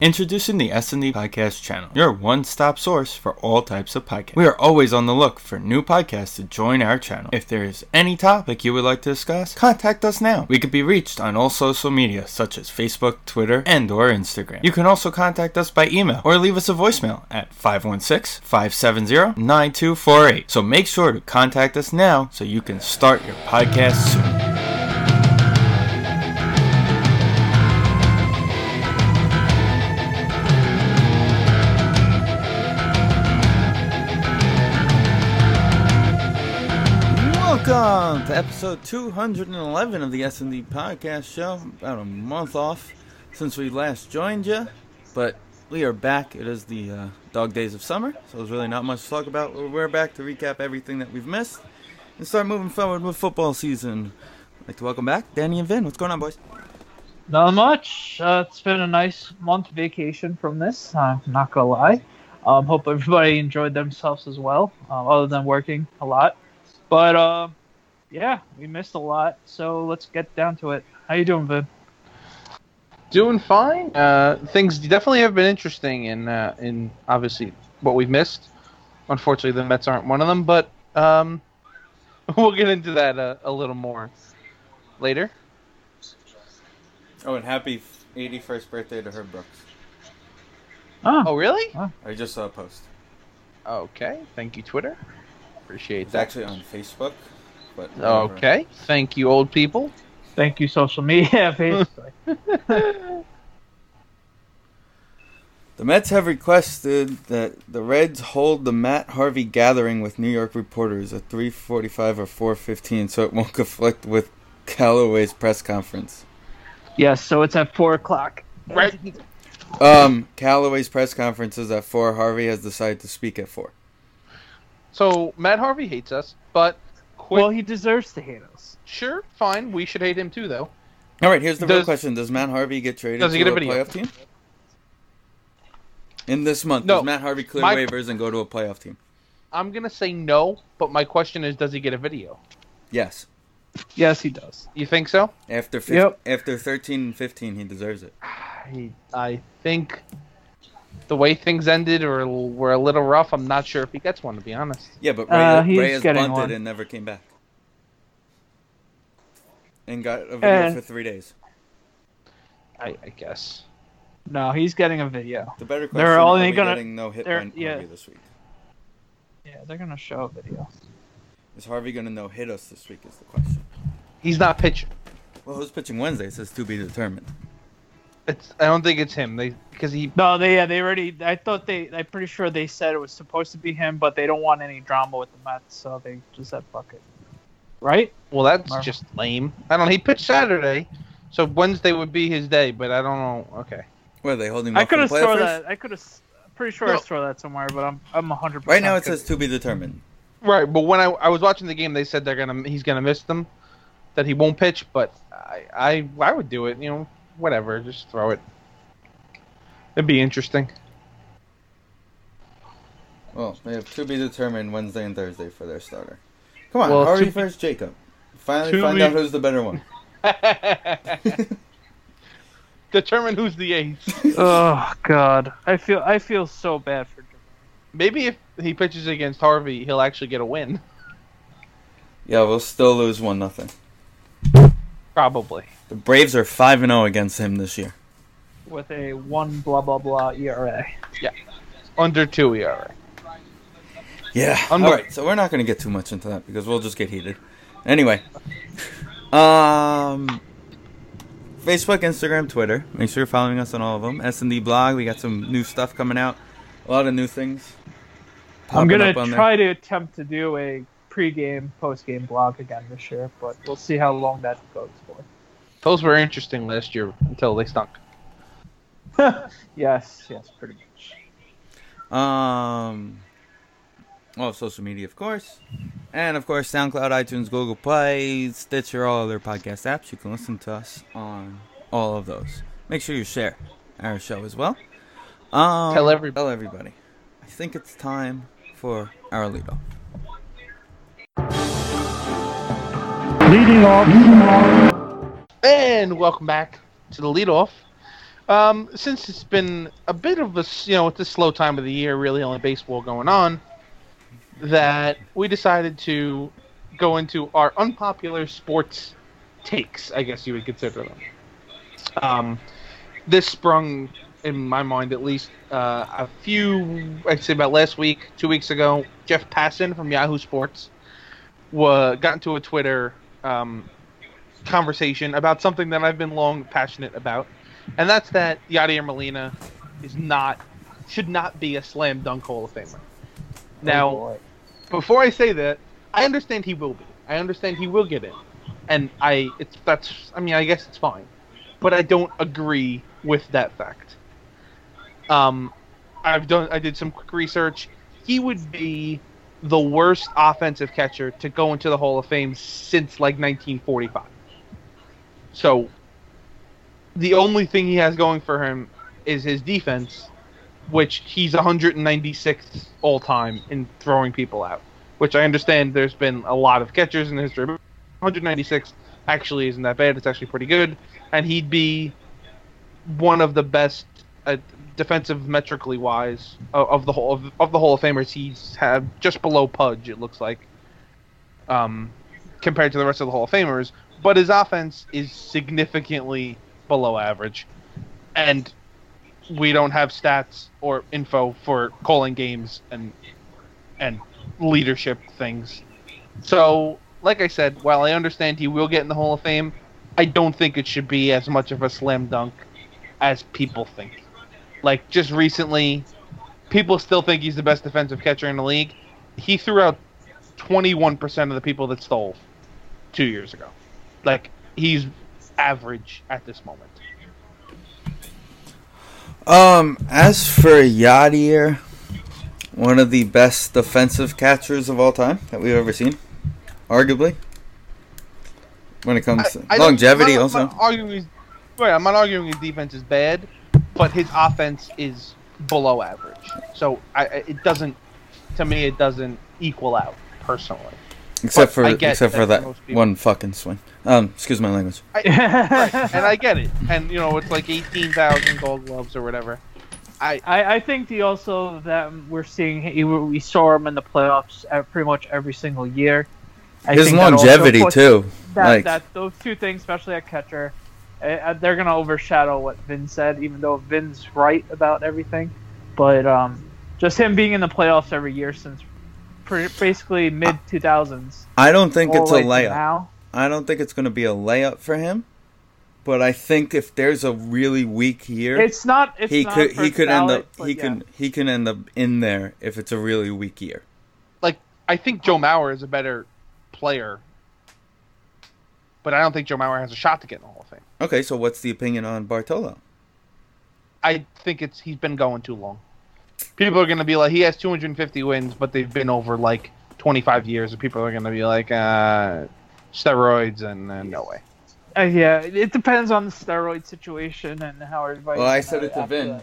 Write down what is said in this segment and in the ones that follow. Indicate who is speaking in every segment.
Speaker 1: Introducing the S&E Podcast channel, your one-stop source for all types of podcasts. We are always on the look for new podcasts to join our channel. If there is any topic you would like to discuss, contact us now. We can be reached on all social media such as Facebook, Twitter, and or Instagram. You can also contact us by email or leave us a voicemail at 516-570-9248. So make sure to contact us now so you can start your podcast soon. Welcome to episode 211 of the S&D Podcast Show. About a month off since we last joined you, but we are back. It is the uh, dog days of summer, so there's really not much to talk about. We're back to recap everything that we've missed and start moving forward with football season. I'd like to welcome back Danny and Vin. What's going on, boys?
Speaker 2: Not much. Uh, it's been a nice month vacation from this. I'm not gonna lie. Um, hope everybody enjoyed themselves as well, uh, other than working a lot. But uh, yeah, we missed a lot. So let's get down to it. How you doing, Vin?
Speaker 3: doing fine. Uh, things definitely have been interesting in uh, in obviously what we've missed. Unfortunately, the Mets aren't one of them, but um, we'll get into that uh, a, a little more later.
Speaker 1: Oh, and happy 81st birthday to Herb Brooks.
Speaker 2: Oh,
Speaker 3: Oh, really?
Speaker 1: I just saw a post.
Speaker 3: Okay. Thank you, Twitter. Appreciate
Speaker 1: It's
Speaker 3: that.
Speaker 1: actually on Facebook, but
Speaker 3: Okay. Thank you, old people.
Speaker 2: thank you, social media. Facebook.
Speaker 1: The Mets have requested that the Reds hold the Matt Harvey gathering with New York reporters at 3:45 or 4:15 so it won't conflict with Callaway's press conference.
Speaker 2: yes. So it's at four o'clock.
Speaker 3: Right.
Speaker 1: Um, Callaway's press conference is at 4. Harvey has decided to speak at 4.
Speaker 3: So Matt Harvey hates us, but quick,
Speaker 2: Well, he deserves to hate us.
Speaker 3: sure, fine. We should hate him too, though.
Speaker 1: All right, here's the real
Speaker 3: Does-
Speaker 1: question. Does Matt Harvey get traded
Speaker 3: Does he
Speaker 1: to
Speaker 3: get a
Speaker 1: a,
Speaker 3: video?
Speaker 1: playoff team? In this month,
Speaker 3: No.
Speaker 1: does Matt Harvey clear
Speaker 3: My-
Speaker 1: waivers and go to a playoff team?
Speaker 3: I'm gonna say no, but my question is, does he get a video?
Speaker 1: Yes.
Speaker 2: Yes, he does.
Speaker 3: You think so?
Speaker 1: After fif-
Speaker 2: Yep.
Speaker 1: after 13 and 15, he deserves it.
Speaker 3: I, I think the way things ended or were a little rough. I'm not sure if he gets one, to be honest.
Speaker 1: Yeah, but
Speaker 2: Uh,
Speaker 1: Reyes,
Speaker 2: he's
Speaker 1: Reyes
Speaker 2: getting
Speaker 1: bunted
Speaker 2: one.
Speaker 1: and never came back. And got a video
Speaker 2: Eh.
Speaker 1: for three days.
Speaker 3: I, I guess.
Speaker 2: No, he's getting a video.
Speaker 1: The better question
Speaker 2: They're
Speaker 1: are
Speaker 2: only
Speaker 1: we
Speaker 2: gonna-
Speaker 1: getting no hit
Speaker 2: they're-
Speaker 1: by
Speaker 2: yeah.
Speaker 1: Harvey this week?
Speaker 2: Yeah, they're gonna show a video.
Speaker 1: Is Harvey going to no hit us this week is the question.
Speaker 3: He's not pitching.
Speaker 1: Well, who's pitching Wednesday? It says to be determined.
Speaker 3: It's. I don't think it's him. They because he.
Speaker 2: No, they yeah, they already. I thought they. I'm pretty sure they said it was supposed to be him, but they don't want any drama with the Mets, so they just said fuck it. Right?
Speaker 3: Well, that's
Speaker 2: Marvel.
Speaker 3: just lame. I don't. He pitched Saturday, so Wednesday would be his day. But I don't know. Okay.
Speaker 1: What are they holding him
Speaker 2: I
Speaker 1: up for
Speaker 2: could
Speaker 1: the
Speaker 2: have saw
Speaker 1: playoffs?
Speaker 2: that. I could have. Pretty sure I
Speaker 3: No.
Speaker 2: saw that somewhere, but I'm I'm 100.
Speaker 1: Right now it says to be determined.
Speaker 3: Right, but when I, I was watching the game, they said they're gonna he's gonna miss them, that he won't pitch. But I I, I would do it. You know, whatever. Just throw it. It'd be interesting.
Speaker 1: Well, they have to be determined Wednesday and Thursday for their starter. Come on,
Speaker 3: Well,
Speaker 1: Harvey
Speaker 3: to be-
Speaker 1: first, Jacob. Finally
Speaker 3: to
Speaker 1: find
Speaker 3: be-
Speaker 1: out who's the better one.
Speaker 3: Determine who's the ace.
Speaker 2: Oh God, I feel I feel so bad for.
Speaker 3: Maybe if he pitches against Harvey, he'll actually get a win.
Speaker 1: Yeah, we'll still lose 1 nothing.
Speaker 3: Probably.
Speaker 1: The Braves are 5 and 0 against him this year.
Speaker 2: With a one blah blah blah E ERA.
Speaker 3: Under two E ERA.
Speaker 1: Yeah. All
Speaker 3: Unbe-
Speaker 1: right. So we're not going to get too much into that because we'll just get heated. Anyway, um, Facebook, Instagram, Twitter. Make sure you're following us on all of them. S and D blog. We got some new stuff coming out. A lot of new things.
Speaker 2: I'm
Speaker 1: popping
Speaker 2: gonna
Speaker 1: up on there.
Speaker 2: try to attempt to do a pregame, postgame blog again this year, but we'll see how long that goes for.
Speaker 3: Those were interesting last year until they stunk.
Speaker 2: yes, yes, pretty much.
Speaker 1: Um, well, social media, of course. And of course, SoundCloud, iTunes, Google Play, Stitcher, all other podcast apps. You can listen to us on all of those. Make sure you share our show as well. Um,
Speaker 3: Tell everybody.
Speaker 1: Tell everybody. I think it's time for our lead off.
Speaker 3: And welcome back to the leadoff. Um, since it's been a bit of a, s- you know, it's a slow time of the year, really only baseball going on, that we decided to go into our unpopular sports takes, I guess you would consider them. Um, this sprung, in my mind at least, uh, a few, I'd say about last week, two weeks ago, Jeff Passan from Yahoo Sports wa- got into a Twitter um, conversation about something that I've been long passionate about, and that's that Yadier Molina is not should not be a slam dunk Hall of Famer. Now, before I say that, I understand he will be. I understand he will get in, and I it's that's I mean I guess it's fine, but I don't agree with that fact. Um, I've done I did some quick research. He would be the worst offensive catcher to go into the Hall of Fame since like 1945. So the only thing he has going for him is his defense, which he's 196th all time in throwing people out. Which I understand there's been a lot of catchers in the history, but 196 actually isn't that bad. It's actually pretty good, and he'd be one of the best uh, defensive metrically wise of, of the whole of, of the Hall of Famers. He's have just below Pudge, it looks like, um, compared to the rest of the Hall of Famers. But his offense is significantly below average, and we don't have stats or info for calling games and and leadership things. So, like I said, while I understand he will get in the Hall of Fame, I don't think it should be as much of a slam dunk as people think. Like just recently, people still think he's the best defensive catcher in the league. He threw out 21% of the people that stole 2 years ago. Like he's average at this moment.
Speaker 1: Um, as for Yadier, one of the best defensive catchers of all time that we've ever seen, arguably. When it comes to
Speaker 3: I don't-
Speaker 1: longevity,
Speaker 3: I'm not-
Speaker 1: also.
Speaker 3: I'm not arguing his, right, I'm not arguing his defense is bad, but his offense is below average. So I, I- it doesn't, to me, it doesn't equal out personally.
Speaker 1: except for
Speaker 3: I get
Speaker 1: except for
Speaker 3: that
Speaker 1: that
Speaker 3: most people-
Speaker 1: one fucking swing. Um, excuse my language.
Speaker 3: And I get it, and you know it's like eighteen thousand Gold Gloves or whatever.
Speaker 2: I, I think the also that we're seeing we saw him in the playoffs at pretty much every single year. I
Speaker 1: His
Speaker 2: think that also
Speaker 1: longevity
Speaker 2: puts-
Speaker 1: too.
Speaker 2: That,
Speaker 1: like
Speaker 2: that those two things, especially at catcher, uh, uh, they're gonna overshadow what Vin said. Even though Vin's right about everything, but um, just him being in the playoffs every year since pre- basically mid two thousands.
Speaker 1: I don't think it's a layup.
Speaker 2: Now,
Speaker 1: I don't think it's going to be a layup for him. But I think if there's a really weak year,
Speaker 2: it's not. It's
Speaker 1: he
Speaker 2: not
Speaker 1: could he
Speaker 2: first
Speaker 1: could end
Speaker 2: ballot,
Speaker 1: up
Speaker 2: but
Speaker 1: he
Speaker 2: yeah.
Speaker 1: can he can end up in there if it's a really weak year.
Speaker 3: Like I think Joe Mauer is a better player, but I don't think Joe Mauer has a shot to get in the Hall of Fame.
Speaker 1: Okay, so what's the opinion on Bartolo?
Speaker 3: I think it's he's been going too long. People are gonna be like, he has 250 wins, but they've been over like 25 years, and people are gonna be like, uh, steroids and uh, no way.
Speaker 2: Uh, yeah, it depends on the steroid situation and how everybody.
Speaker 1: Well, I said it to Vin.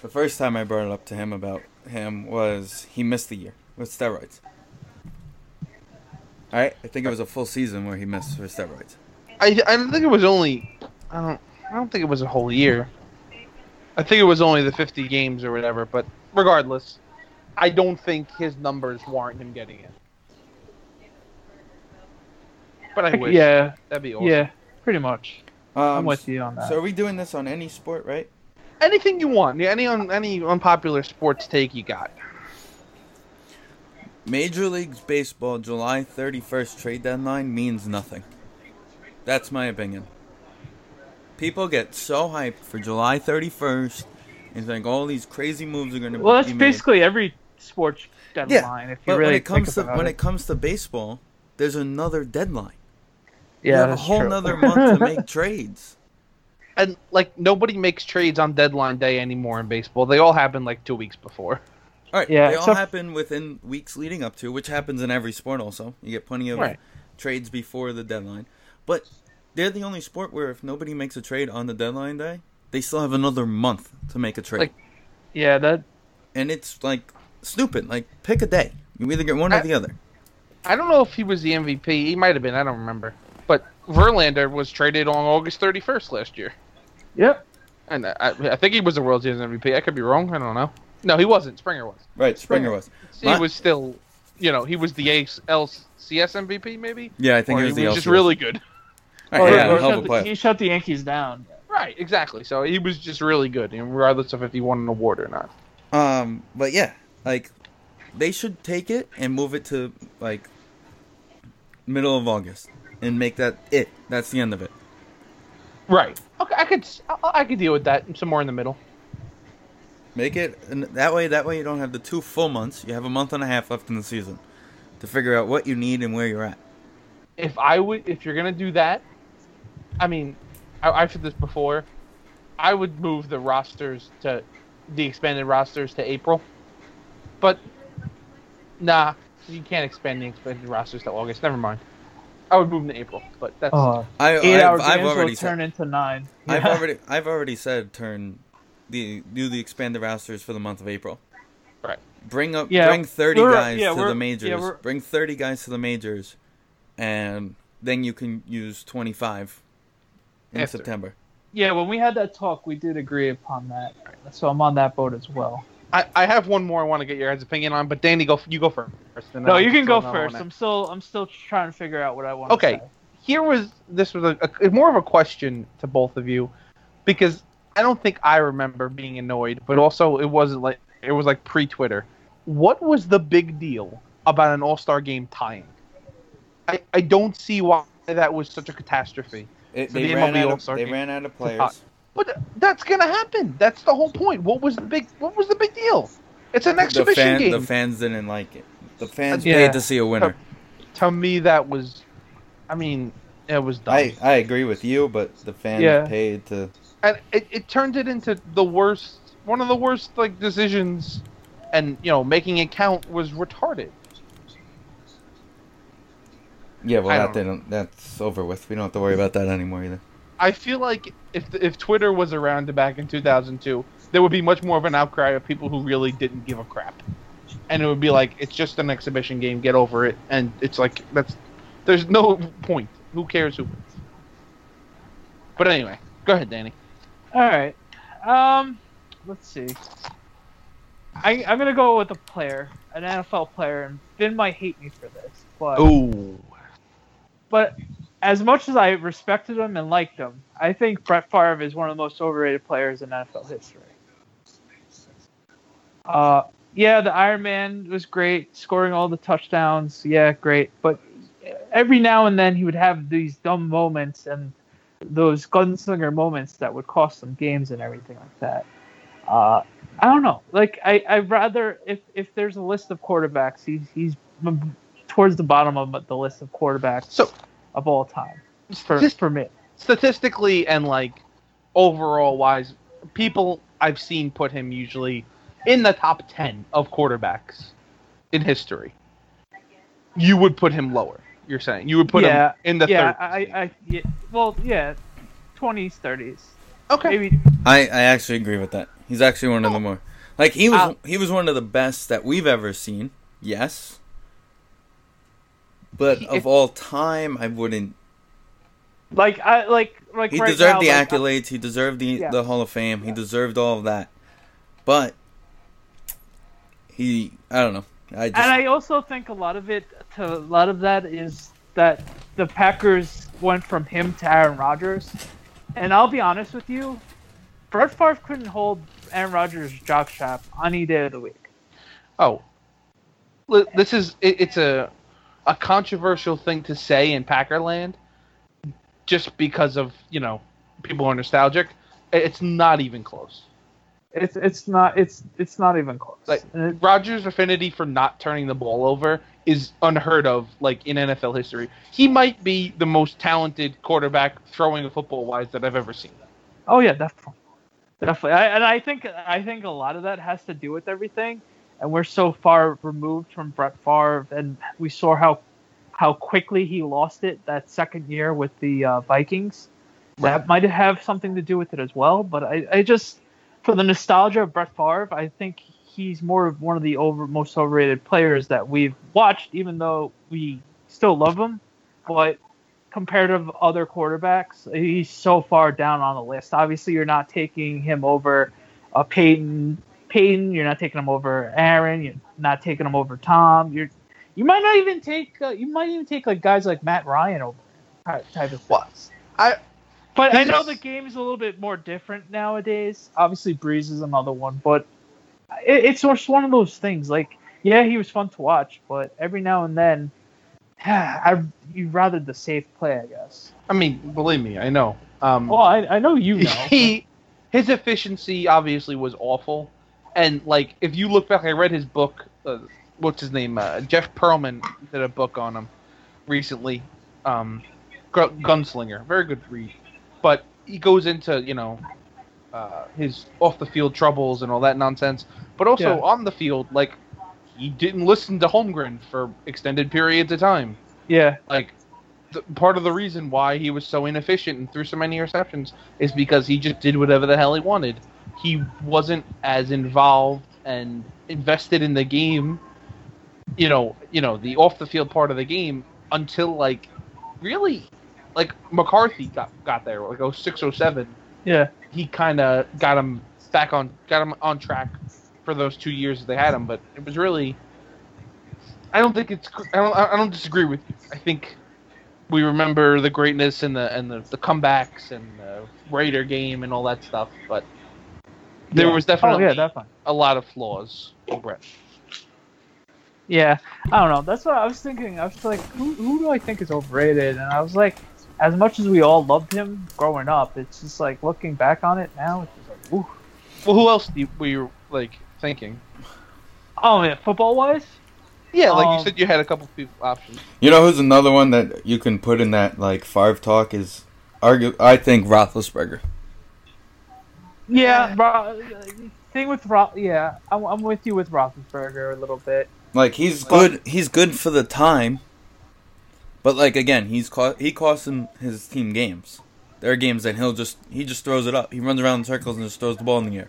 Speaker 1: The first time I brought it up to him about him was he missed the year with steroids. All right, I think it was a full season where he missed for steroids.
Speaker 3: I I don't think it was only, I don't I don't think it was a whole year. I think it was only the 50 games or whatever. But regardless, I don't think his numbers warrant him getting in. But I wish.
Speaker 2: Yeah,
Speaker 3: that'd be awesome.
Speaker 2: yeah, pretty much.
Speaker 1: Um,
Speaker 2: I'm with you on that.
Speaker 1: So are we doing this on any sport, right?
Speaker 3: Anything you want, yeah, any un, any unpopular sports take you got.
Speaker 1: Major League Baseball July 31st trade deadline means nothing. That's my opinion. People get so hyped for July 31st and think all these crazy moves are going to
Speaker 2: well,
Speaker 1: be
Speaker 2: that's
Speaker 1: made.
Speaker 2: basically every sports deadline. if you
Speaker 1: but
Speaker 2: really
Speaker 1: when it comes
Speaker 2: think
Speaker 1: to
Speaker 2: about
Speaker 1: when
Speaker 2: it,
Speaker 1: it comes to baseball, there's another deadline. you
Speaker 2: yeah,
Speaker 1: have a
Speaker 2: that's
Speaker 1: whole
Speaker 2: true.
Speaker 1: nother month to make trades.
Speaker 3: and like nobody makes trades on deadline day anymore in baseball. They all happen like two weeks before.
Speaker 1: All right.
Speaker 2: Yeah,
Speaker 1: they all
Speaker 2: except-
Speaker 1: happen within weeks leading up to, which happens in every sport. Also, you get plenty of
Speaker 3: Right.
Speaker 1: trades before the deadline, but they're the only sport where if nobody makes a trade on the deadline day, they still have another month to make a trade,
Speaker 3: Like-
Speaker 2: Yeah, that
Speaker 1: and it's like stupid. Like pick a day. You either get one or
Speaker 3: I-
Speaker 1: the other.
Speaker 3: I don't know if he was the MVP. He might have been. I don't remember. But Verlander was traded on August 31st last year,
Speaker 2: yep.
Speaker 3: and I, I think he was the World Series MVP. I could be wrong. I don't know. No, he wasn't. Springer was.
Speaker 1: Right. Springer was.
Speaker 3: He
Speaker 1: My-
Speaker 3: was still, you know, he was the ALCS MVP maybe.
Speaker 1: Yeah, I think
Speaker 3: Or
Speaker 1: it
Speaker 3: he
Speaker 1: was
Speaker 3: was
Speaker 1: the
Speaker 3: just
Speaker 1: LCS.
Speaker 3: really good.
Speaker 1: All
Speaker 2: Or-
Speaker 1: right, yeah,
Speaker 2: or
Speaker 1: hell of a
Speaker 2: Oh, shut the-
Speaker 1: player.
Speaker 2: he shut the Yankees down.
Speaker 3: Right, exactly. So he was just really good, and regardless of if he won an award or not.
Speaker 1: Um, but yeah, like they should take it and move it to like middle of August and make that it. That's the end of it.
Speaker 3: Right. Okay, I could s- I, I could deal with that somewhere in the middle.
Speaker 1: Make it and that way. That way you don't have the two full months. You have a month and a half left in the season to figure out what you need and where you're at.
Speaker 3: If I would, if you're gonna do that, I mean, I, I've said this before. I would move the rosters to the expanded rosters to April, but nah, you can't expand the expanded rosters to August. Never mind. I would move them to April, but that's
Speaker 2: Oh,
Speaker 1: I,
Speaker 2: eight
Speaker 1: I've,
Speaker 2: hour
Speaker 1: I've
Speaker 2: games
Speaker 1: already
Speaker 2: will
Speaker 1: said,
Speaker 2: turn into nine.
Speaker 1: I've
Speaker 2: Yeah.
Speaker 1: already I've already said turn the do the expanded rosters for the month of April.
Speaker 3: Right.
Speaker 1: Bring up
Speaker 2: Yeah,
Speaker 1: bring 30
Speaker 2: we're-
Speaker 1: guys
Speaker 2: yeah,
Speaker 1: to
Speaker 2: we're-
Speaker 1: the
Speaker 2: yeah,
Speaker 1: majors.
Speaker 2: we're-
Speaker 1: bring 30 guys to the majors and then you can use 25 in
Speaker 3: After.
Speaker 1: September.
Speaker 2: yeah. When we had that talk, we did agree upon that. So I'm on that boat as well.
Speaker 3: I, I have one more I want to get your guys' opinion on, but Danny, go f- you go first. and then
Speaker 2: No,
Speaker 3: I'll
Speaker 2: you can go
Speaker 3: throw another
Speaker 2: first.
Speaker 3: one in.
Speaker 2: I'm still I'm still trying to figure out what I want.
Speaker 3: Okay. Here was this was a, a- more of a question to both of you, because I don't think I remember being annoyed, but also it wasn't like it was like pre Twitter. What was the big deal about an All Star game tying? I, I don't see why that was such a catastrophe.
Speaker 1: It,
Speaker 3: So
Speaker 1: they,
Speaker 3: the
Speaker 1: ran
Speaker 3: MLB
Speaker 1: out of,
Speaker 3: All-Star
Speaker 1: they
Speaker 3: game
Speaker 1: ran out of
Speaker 3: hot.
Speaker 1: players.
Speaker 3: But that's gonna happen. That's the whole point. What was the big What was the big deal? It's an
Speaker 1: The,
Speaker 3: exhibition
Speaker 1: fan-
Speaker 3: game.
Speaker 1: the fans didn't like it. The fans
Speaker 3: Yeah.
Speaker 1: paid to see a winner.
Speaker 3: to me, that was, I mean, it was dumb.
Speaker 1: I, I agree with you, but the fans
Speaker 2: Yeah.
Speaker 1: paid to.
Speaker 3: and it, it turned it into the worst one of the worst like decisions and you know making it count was retarded
Speaker 1: Yeah, well,
Speaker 3: I
Speaker 1: that
Speaker 3: don't-
Speaker 1: didn't, that's over with. We don't have to worry about that anymore either.
Speaker 3: i feel like if if twitter was around back in 2002 there would be much more of an outcry of people who really didn't give a crap and it would be like it's just an exhibition game get over it and it's like that's there's no point who cares who wins but anyway go ahead danny
Speaker 2: All right. Um, let's see. I I'm gonna go with a player, an NFL player, and Finn might hate me for this, but
Speaker 3: oh
Speaker 2: but as much as I respected him and liked him, I think Brett Favre is one of the most overrated players in NFL history. Uh, yeah, the Iron Man was great, scoring all the touchdowns. Yeah, great. But every now and then he would have these dumb moments and those gunslinger moments that would cost them games and everything like that. Uh, I don't know. Like I, I rather if if there's a list of quarterbacks, he's he's m- towards the bottom of the list of quarterbacks
Speaker 3: So-
Speaker 2: of all time for
Speaker 3: Just-
Speaker 2: for me.
Speaker 3: statistically and like overall wise, people I've seen put him usually in the top ten of quarterbacks in history. You would put him lower. You're saying you would put
Speaker 2: Yeah,
Speaker 3: him in the
Speaker 2: yeah,
Speaker 3: third.
Speaker 2: I, I, yeah, well, yeah, twenties, thirties,
Speaker 3: okay.
Speaker 2: maybe.
Speaker 1: I, I actually agree with that. He's actually one of the more like he was
Speaker 2: Oh.
Speaker 3: Uh,
Speaker 1: he was one of the best that we've ever seen. Yes, but
Speaker 3: He-
Speaker 1: of all time, I wouldn't.
Speaker 2: Like I like like
Speaker 1: He
Speaker 2: right
Speaker 1: deserved
Speaker 2: now,
Speaker 1: the
Speaker 2: like,
Speaker 1: accolades. He deserved the
Speaker 2: Yeah.
Speaker 1: the Hall of Fame. He deserved all of that. But he, I don't know. I just
Speaker 2: and I also think a lot of it, to a lot of that is that the Packers went from him to Aaron Rodgers, and I'll be honest with you, Brett Favre couldn't hold Aaron Rodgers' jock shop any day of the week.
Speaker 3: Oh, Li- this is it, it's a a controversial thing to say in Packerland, just because of you know people are nostalgic. I- It's not even close.
Speaker 2: It's it's not it's it's not even close.
Speaker 3: Like-
Speaker 2: And it-
Speaker 3: Rogers' affinity for not turning the ball over is unheard of, like in NFL history. He might be the most talented quarterback throwing a football wise that I've ever seen.
Speaker 2: Oh yeah, definitely, definitely. I, and I think I think a lot of that has to do with everything. And we're so far removed from Brett Favre, and we saw how how quickly he lost it that second year with the uh, Vikings. That might have something to do with it as well. But I, I just for the nostalgia of Brett Favre, I think he's more of one of the over most overrated players that we've watched, even though we still love him. But compared to other quarterbacks, he's so far down on the list. Obviously, you're not taking him over uh, Peyton. Peyton, you're not taking him over Aaron. You're not taking him over Tom. You're you might not even take uh, you might even take like guys like Matt Ryan over ty- type of
Speaker 3: Well,
Speaker 2: things.
Speaker 3: I-
Speaker 2: But I know
Speaker 3: Yes.
Speaker 2: the game is a little bit more different nowadays. Obviously, Breeze is another one, but it, it's just one of those things. Like, yeah, he was fun to watch, but every now and then, I you'd rather the safe play, I guess.
Speaker 3: I mean, believe me, I know. Um,
Speaker 2: Well, I, I know you know.
Speaker 3: he his efficiency obviously was awful and like if you look back i read his book uh, what's his name uh, jeff perlman did a book on him recently um, Gr- gunslinger very good read but he goes into you know uh, his off the field troubles and all that nonsense but also
Speaker 2: Yeah.
Speaker 3: on the field like he didn't listen to holmgren for extended periods of time
Speaker 2: Oh, yeah,
Speaker 3: like the, part of the reason why he was so inefficient and threw so many interceptions is because he just did whatever the hell he wanted. He wasn't as involved and invested in the game, you know, you know, the off the field part of the game until like really like McCarthy got got there like oh six oh seven
Speaker 2: yeah,
Speaker 3: he kind of got him back on got him on track for those two years that they had him. But it was really, I don't think it's I don't I don't disagree with you. I think we remember the greatness and the and the, the comebacks and the Raider game and all that stuff, but there
Speaker 2: Yeah.
Speaker 3: was definitely
Speaker 2: Oh yeah, definitely.
Speaker 3: a lot of flaws. in Brett.
Speaker 2: Yeah, I don't know. That's what I was thinking. I was like, who, who do I think is overrated? And I was like, as much as we all loved him growing up, it's just like looking back on it now, it's just like, ooh.
Speaker 3: Well, who else do you, were you like thinking?
Speaker 2: Oh yeah, football wise,
Speaker 3: Yeah, like
Speaker 2: Um,
Speaker 3: you said, you had a couple people options.
Speaker 1: You know who's another one that you can put in that like Favre talk is argue. I think Roethlisberger.
Speaker 2: yeah. Ro- thing with Ro- yeah, I'm, I'm with you with Roethlisberger a little bit.
Speaker 1: Like he's good. He's good for the time. But like again, he's co- he costs him his team games. There are games that he'll just he just throws it up. He runs around in circles and just throws the ball in the air.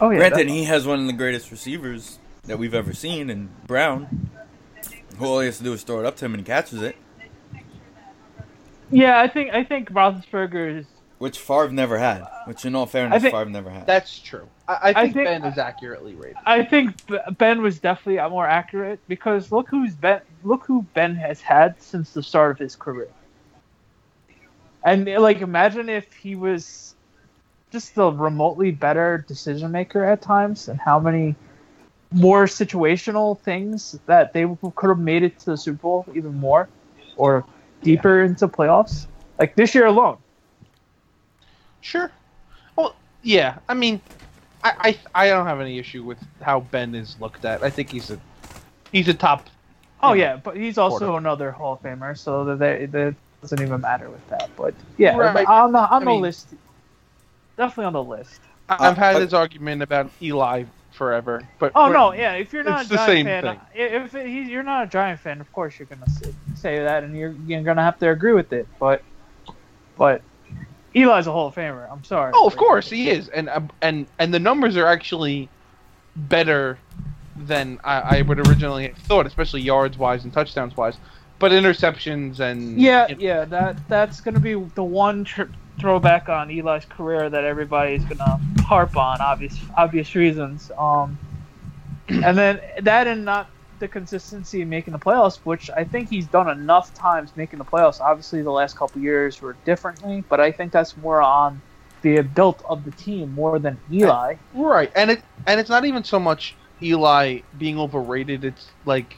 Speaker 2: Oh yeah,
Speaker 1: Granted,
Speaker 2: that-
Speaker 1: he has one of the greatest receivers that we've ever seen in Brown. who All he has to do is throw it up to him and he catches it,
Speaker 2: yeah. I think I think Roethlisberger is.
Speaker 1: which Favre never had. Which, in all fairness,
Speaker 2: think-
Speaker 1: Favre never had.
Speaker 3: That's true. I, I,
Speaker 2: I
Speaker 3: think,
Speaker 2: think-
Speaker 3: Ben is accurately rated.
Speaker 2: I think B- Ben was definitely more accurate because look who's Ben. Look who Ben has had since the start of his career. And like, imagine if he was just a remotely better decision maker at times, and how many more situational things that they could have made it to the Super Bowl even more, or deeper into playoffs. Like this year alone.
Speaker 3: Sure. Well, yeah. I mean, I, I I don't have any issue with how Ben is looked at. I think he's a he's a top.
Speaker 2: Oh
Speaker 3: Yeah.
Speaker 2: yeah, but he's also
Speaker 3: Quarter.
Speaker 2: another Hall of Famer, so that that- that doesn't even matter with that. But yeah,
Speaker 3: Right.
Speaker 2: on the on
Speaker 3: I
Speaker 2: the
Speaker 3: mean-
Speaker 2: list, definitely on the list.
Speaker 3: I- I've had
Speaker 1: Uh,
Speaker 3: this argument about Eli forever, but
Speaker 2: Oh
Speaker 3: we're-
Speaker 2: no, yeah, if you're not
Speaker 3: it's
Speaker 2: a
Speaker 3: the
Speaker 2: Giant
Speaker 3: same
Speaker 2: fan,
Speaker 3: thing.
Speaker 2: if it, he- you're not a Giant fan, of course you're gonna say, say that, and you're you're gonna have to agree with it. But but Eli's a Hall of Famer. I'm sorry.
Speaker 3: Oh, of course he is, and uh, and and the numbers are actually better than I, I would originally have thought, especially yards wise and touchdowns wise. But interceptions and
Speaker 2: Yeah,
Speaker 3: you know,
Speaker 2: yeah, that that's gonna be the one tr- throwback on Eli's career that everybody's gonna harp on, obvious obvious reasons. Um, and then that and not the consistency in making the playoffs, which I think he's done enough times making the playoffs. Obviously, the last couple years were differently, but I think that's more on the built of the team more than Eli.
Speaker 3: Right, and it and it's not even so much Eli being overrated. It's like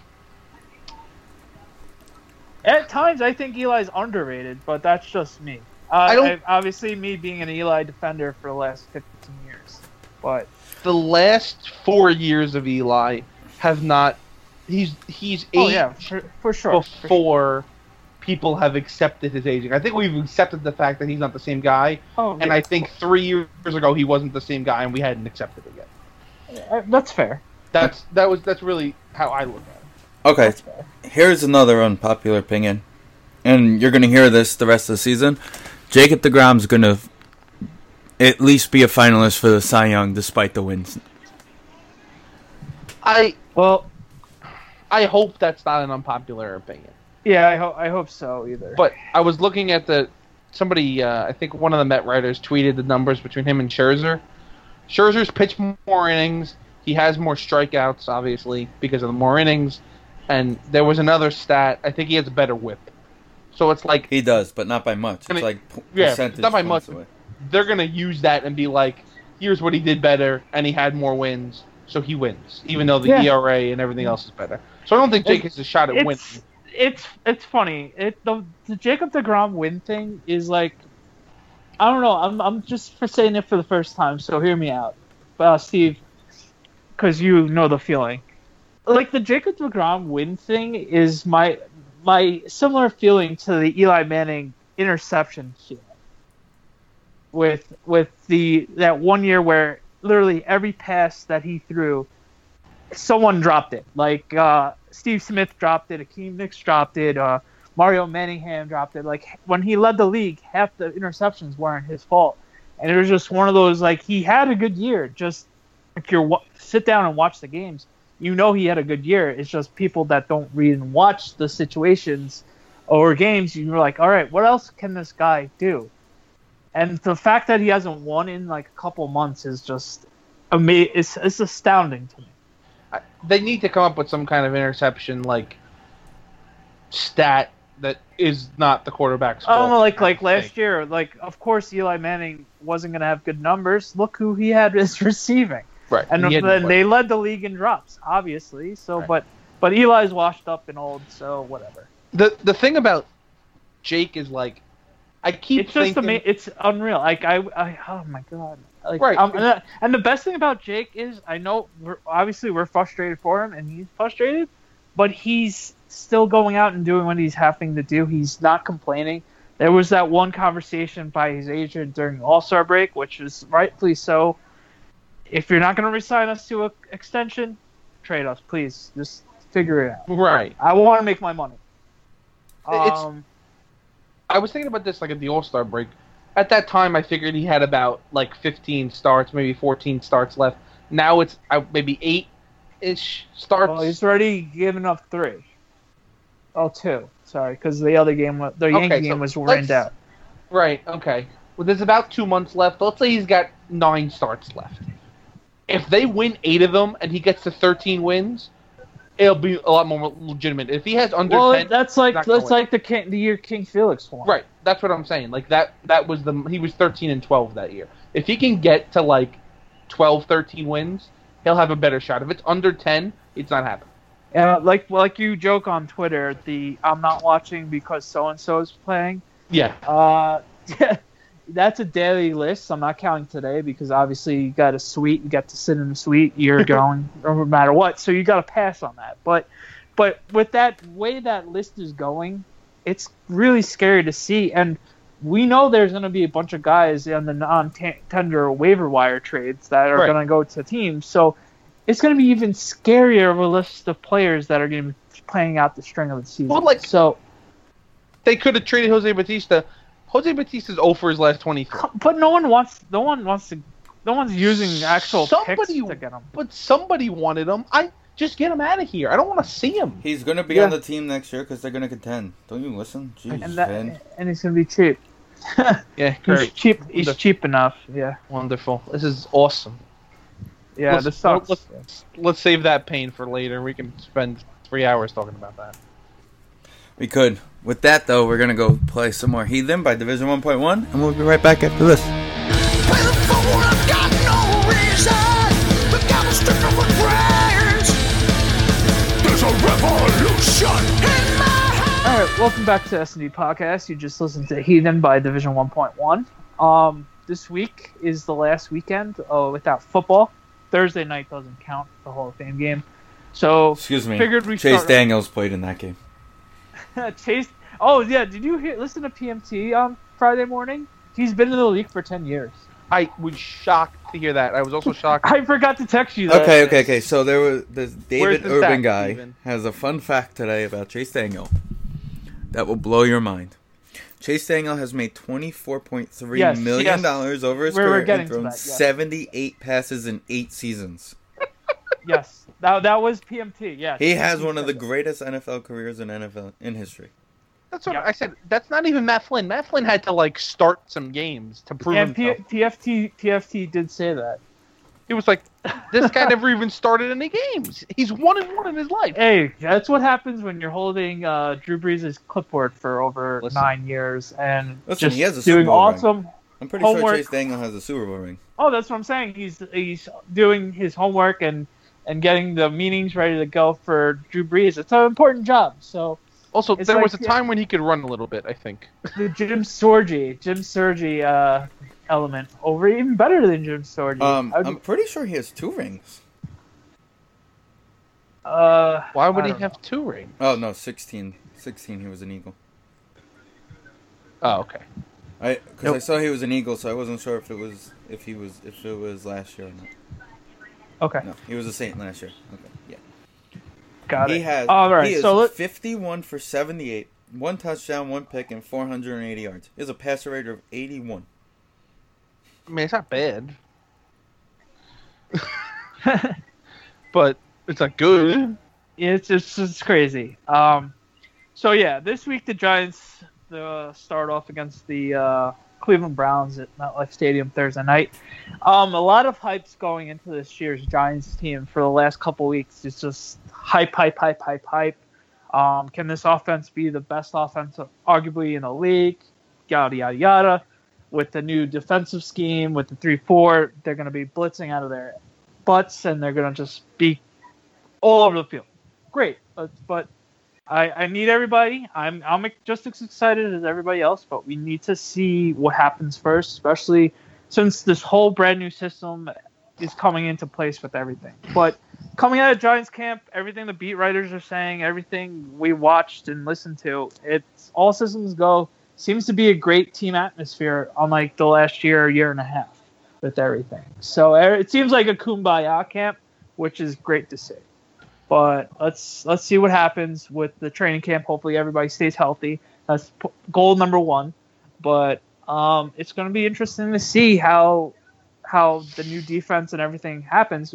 Speaker 2: At times, I think Eli's underrated, but that's just me. Uh,
Speaker 3: I don't-
Speaker 2: I- obviously me being an Eli defender for the last 15 years, but.
Speaker 3: the last four years of Eli have not. He's he's aged
Speaker 2: Oh yeah, for, for sure. for sure.
Speaker 3: before people have accepted his aging. I think we've accepted the fact that he's not the same guy,
Speaker 2: Oh,
Speaker 3: and I think three years ago he wasn't the same guy, and we hadn't accepted it yet.
Speaker 2: I, Uh, that's fair.
Speaker 3: That's that was that's really how I look at it.
Speaker 1: Okay, here's another unpopular opinion, and you're gonna hear this the rest of the season. Jacob Degrom's gonna at least be a finalist for the Cy Young, despite the wins.
Speaker 3: I
Speaker 2: Well,
Speaker 3: I hope that's not an unpopular opinion.
Speaker 2: yeah, I hope I hope so either.
Speaker 3: But I was looking at the somebody. Uh, I think one of the Met writers tweeted the numbers between him and Scherzer. Scherzer's pitched more innings. He has more strikeouts, obviously, because of the more innings. And there was another stat. I think he has a better whip. So it's like
Speaker 1: He does, but not by much.
Speaker 3: I
Speaker 1: It's
Speaker 3: mean,
Speaker 1: like p-
Speaker 3: yeah,
Speaker 1: percentage
Speaker 3: not by
Speaker 1: points
Speaker 3: much.
Speaker 1: away.
Speaker 3: they're gonna use that and be like, "Here's what he did better, and he had more wins, so he wins." Even though the
Speaker 2: Yeah.
Speaker 3: ERA and everything else is better. So I don't think Jake
Speaker 2: It's-
Speaker 3: has a shot at winning.
Speaker 2: it's it's it's funny. It the, the Jacob Degrom win thing is like, I don't know. I'm I'm just for saying it for the first time, so hear me out, uh, Steve, because you know the feeling. Like the Jacob Degrom win thing is my my similar feeling to the Eli Manning interception feeling. With with the that one year where literally every pass that he threw someone dropped it. Like uh, Steve Smith dropped it, Akeem Nix dropped it, uh, Mario Manningham dropped it. Like when he led the league, half the interceptions weren't his fault, and it was just one of those like he had a good year. Just if you're wa- sit down and watch the games, you know he had a good year. It's just people that don't read and watch the situations or games, you're like, all right, what else can this guy do? And the fact that he hasn't won in like a couple months is just amazing. It's, it's astounding to me.
Speaker 3: I- they need to come up with some kind of interception like stat that is not the quarterback's
Speaker 2: I
Speaker 3: fault.
Speaker 2: don't know, Oh, like like last year, like of course Eli Manning wasn't going to have good numbers. Look who he had as receiving,
Speaker 3: right?
Speaker 2: and
Speaker 3: he had-
Speaker 2: then they led the league in drops, obviously. So,
Speaker 3: Right.
Speaker 2: but but Eli's washed up and old, so whatever.
Speaker 3: the the thing about Jake is like, I keep
Speaker 2: It's just
Speaker 3: thinking
Speaker 2: ama- it's unreal. Like I, I oh my god, like
Speaker 3: Right.
Speaker 2: um, and, the- and the best thing about Jake is I know we're, obviously we're frustrated for him, and he's frustrated, but he's still going out and doing what he's having to do. He's not complaining. There was that one conversation by his agent during All Star break, which was rightfully so. If you're not going to resign us to a extension, trade us, please. Just figure it out.
Speaker 3: right.
Speaker 2: I want to make my money.
Speaker 3: It's-
Speaker 2: Um,
Speaker 3: I was thinking about this like at the All Star break. At that time, I figured he had about like 15 starts, maybe 14 starts left. Now it's uh, maybe eight ish starts.
Speaker 2: Well, he's already given up three. Oh, two. Sorry, because the other game, wa- the Yankee
Speaker 3: Okay, so
Speaker 2: game was
Speaker 3: let's-
Speaker 2: rained out.
Speaker 3: Right. Okay. Well, there's about two months left. Let's say he's got nine starts left. If they win eight of them and he gets to 13 wins, it'll be a lot more legitimate. If he has under
Speaker 2: Well,
Speaker 3: 10,
Speaker 2: that's like that's
Speaker 3: not gonna win.
Speaker 2: like the King, the year King Felix won.
Speaker 3: right? That's what I'm saying. Like that. That was the he was 13 and 12 that year. If he can get to like 12, 13 wins, he'll have a better shot. If it's under 10, it's not happening.
Speaker 2: Uh, like like you joke on Twitter, the I'm not watching because so and so is playing.
Speaker 3: Yeah.
Speaker 2: Uh, that's a daily list. I'm not counting today because obviously you got a suite, you got to sit in the suite. You're going no matter what, so you got to pass on that. But but with that way that list is going, it's really scary to see. And we know there's going to be a bunch of guys on the non-tender waiver wire trades that are
Speaker 3: Right.
Speaker 2: going to go to teams. So it's going to be even scarier of a list of players that are going to be playing out the string of the season.
Speaker 3: Well, like-
Speaker 2: so.
Speaker 3: They could have traded Jose Batista. Jose Batista's 0 for his last 23.
Speaker 2: But no one wants. No one wants to. No one's using actual
Speaker 3: Somebody-
Speaker 2: picks to get them.
Speaker 3: But somebody wanted him. I just get him out of here. I don't want to see him.
Speaker 1: He's gonna be
Speaker 2: Yeah.
Speaker 1: on the team next year because they're gonna contend. Don't you listen? Jeez,
Speaker 2: And
Speaker 1: Vin.
Speaker 2: that, and he's gonna be cheap.
Speaker 3: Yeah,
Speaker 2: He's cheap. He's
Speaker 3: Wonderful.
Speaker 2: cheap enough. Yeah.
Speaker 3: Wonderful. This is awesome.
Speaker 2: Yeah.
Speaker 3: Let's-
Speaker 2: this sucks.
Speaker 3: let's- Let's save that pain for later. We can spend three hours talking about that.
Speaker 1: We could. With that though, we're gonna go play some more Heathen by Division 1.1, and we'll be right back after this.
Speaker 4: Well, for I've got no reason, but got a stripper with prayers. There's a revolution in my heart.
Speaker 2: All right. Welcome back to S and D podcast. You just listened to Heathen by Division One Point One. Um, this week is the last weekend uh, without football. Thursday night doesn't count. The Hall of Fame game. So
Speaker 1: Excuse me.
Speaker 2: Figured we
Speaker 1: Chase
Speaker 2: start-
Speaker 1: Daniels played in that game.
Speaker 2: Chase Oh yeah, did you hear? Listen to PMT on Friday morning. He's been in the league for ten years.
Speaker 3: I was shocked to hear that. I was also shocked.
Speaker 2: I forgot to text you. That.
Speaker 1: Okay, okay, okay. So there was this David
Speaker 3: the
Speaker 1: Urban
Speaker 3: fact,
Speaker 1: guy
Speaker 3: Steven?
Speaker 1: has a fun fact today about Chase Daniel that will blow your mind. Chase Daniel has made twenty four point three
Speaker 2: Yes,
Speaker 1: million
Speaker 2: yes.
Speaker 1: dollars over his
Speaker 2: We're- we're
Speaker 1: career
Speaker 2: getting
Speaker 1: and
Speaker 2: to
Speaker 1: thrown
Speaker 2: that, yes.
Speaker 1: seventy eight passes in eight seasons.
Speaker 2: Yes, now that was PMT. Yes,
Speaker 1: He has one of the greatest NFL careers in NFL in history.
Speaker 3: That's what
Speaker 2: Yeah.
Speaker 3: I said. That's not even Matt Flynn. Matt Flynn had to like start some games to prove
Speaker 2: And P-
Speaker 3: himself.
Speaker 2: PFT PFT did say that.
Speaker 3: He was like, this guy never even started any games. He's one and one in his life.
Speaker 2: Hey, that's what happens when you're holding uh, Drew Brees' clipboard for over
Speaker 3: Listen.
Speaker 2: nine years and
Speaker 1: Listen,
Speaker 2: just
Speaker 1: he has a Super
Speaker 2: doing
Speaker 1: Bowl ring.
Speaker 2: awesome.
Speaker 1: I'm pretty sure
Speaker 2: Homework.
Speaker 1: Chase Daniel has a Super Bowl ring.
Speaker 2: Oh, that's what I'm saying. He's he's doing his homework and and getting the meetings ready to go for Drew Brees. It's an important job. So
Speaker 3: Also,
Speaker 2: It's
Speaker 3: there
Speaker 2: like-
Speaker 3: was a time when he could run a little bit. I think.
Speaker 2: the Jim Sorgi, Jim Sorgi uh, element over even better than Jim Sorgi.
Speaker 1: Um,
Speaker 2: I would-
Speaker 1: I'm pretty sure he has two rings.
Speaker 2: uh,
Speaker 3: Why would
Speaker 2: I
Speaker 3: he
Speaker 2: don't
Speaker 3: have two rings?
Speaker 1: Oh no, 16. 16 he was an Eagle.
Speaker 3: Oh, okay.
Speaker 1: I because I saw he was an Eagle, so I wasn't sure if it was if he was if it was last year or not.
Speaker 2: okay,
Speaker 1: No, he was a Saint last year. Okay, yeah.
Speaker 2: got
Speaker 1: he
Speaker 2: it.
Speaker 1: has
Speaker 2: All right,
Speaker 1: he is
Speaker 2: so let,
Speaker 1: 51 for 78, one touchdown, one pick, and 480 yards. He has a passer rate of 81.
Speaker 3: I mean, it's not bad, but it's not good.
Speaker 2: it's it's it's crazy. Um, so yeah, this week the Giants uh, start off against the uh, Cleveland Browns at MetLife Stadium Thursday night. Um, a lot of hype's going into this year's Giants team for the last couple weeks. It's just hype, hype, hype, hype, hype. Um, can this offense be the best offense, arguably in the league? Yada yada yada. With the new defensive scheme, with the three-four, they're going to be blitzing out of their butts, and they're going to just be all over the field. Great, but, but I, I need everybody. I'm I'm just as excited as everybody else, but we need to see what happens first, especially since this whole brand new system is coming into place with everything. But coming out of Giants camp, everything the beat writers are saying, everything we watched and listened to, it's all systems go. Seems to be a great team atmosphere, unlike the last year, year and a half, with everything. So er- it seems like a kumbaya camp, which is great to see. But let's let's see what happens with the training camp. Hopefully, everybody stays healthy. That's p- goal number one. But um, it's going to be interesting to see how how the new defense and everything happens,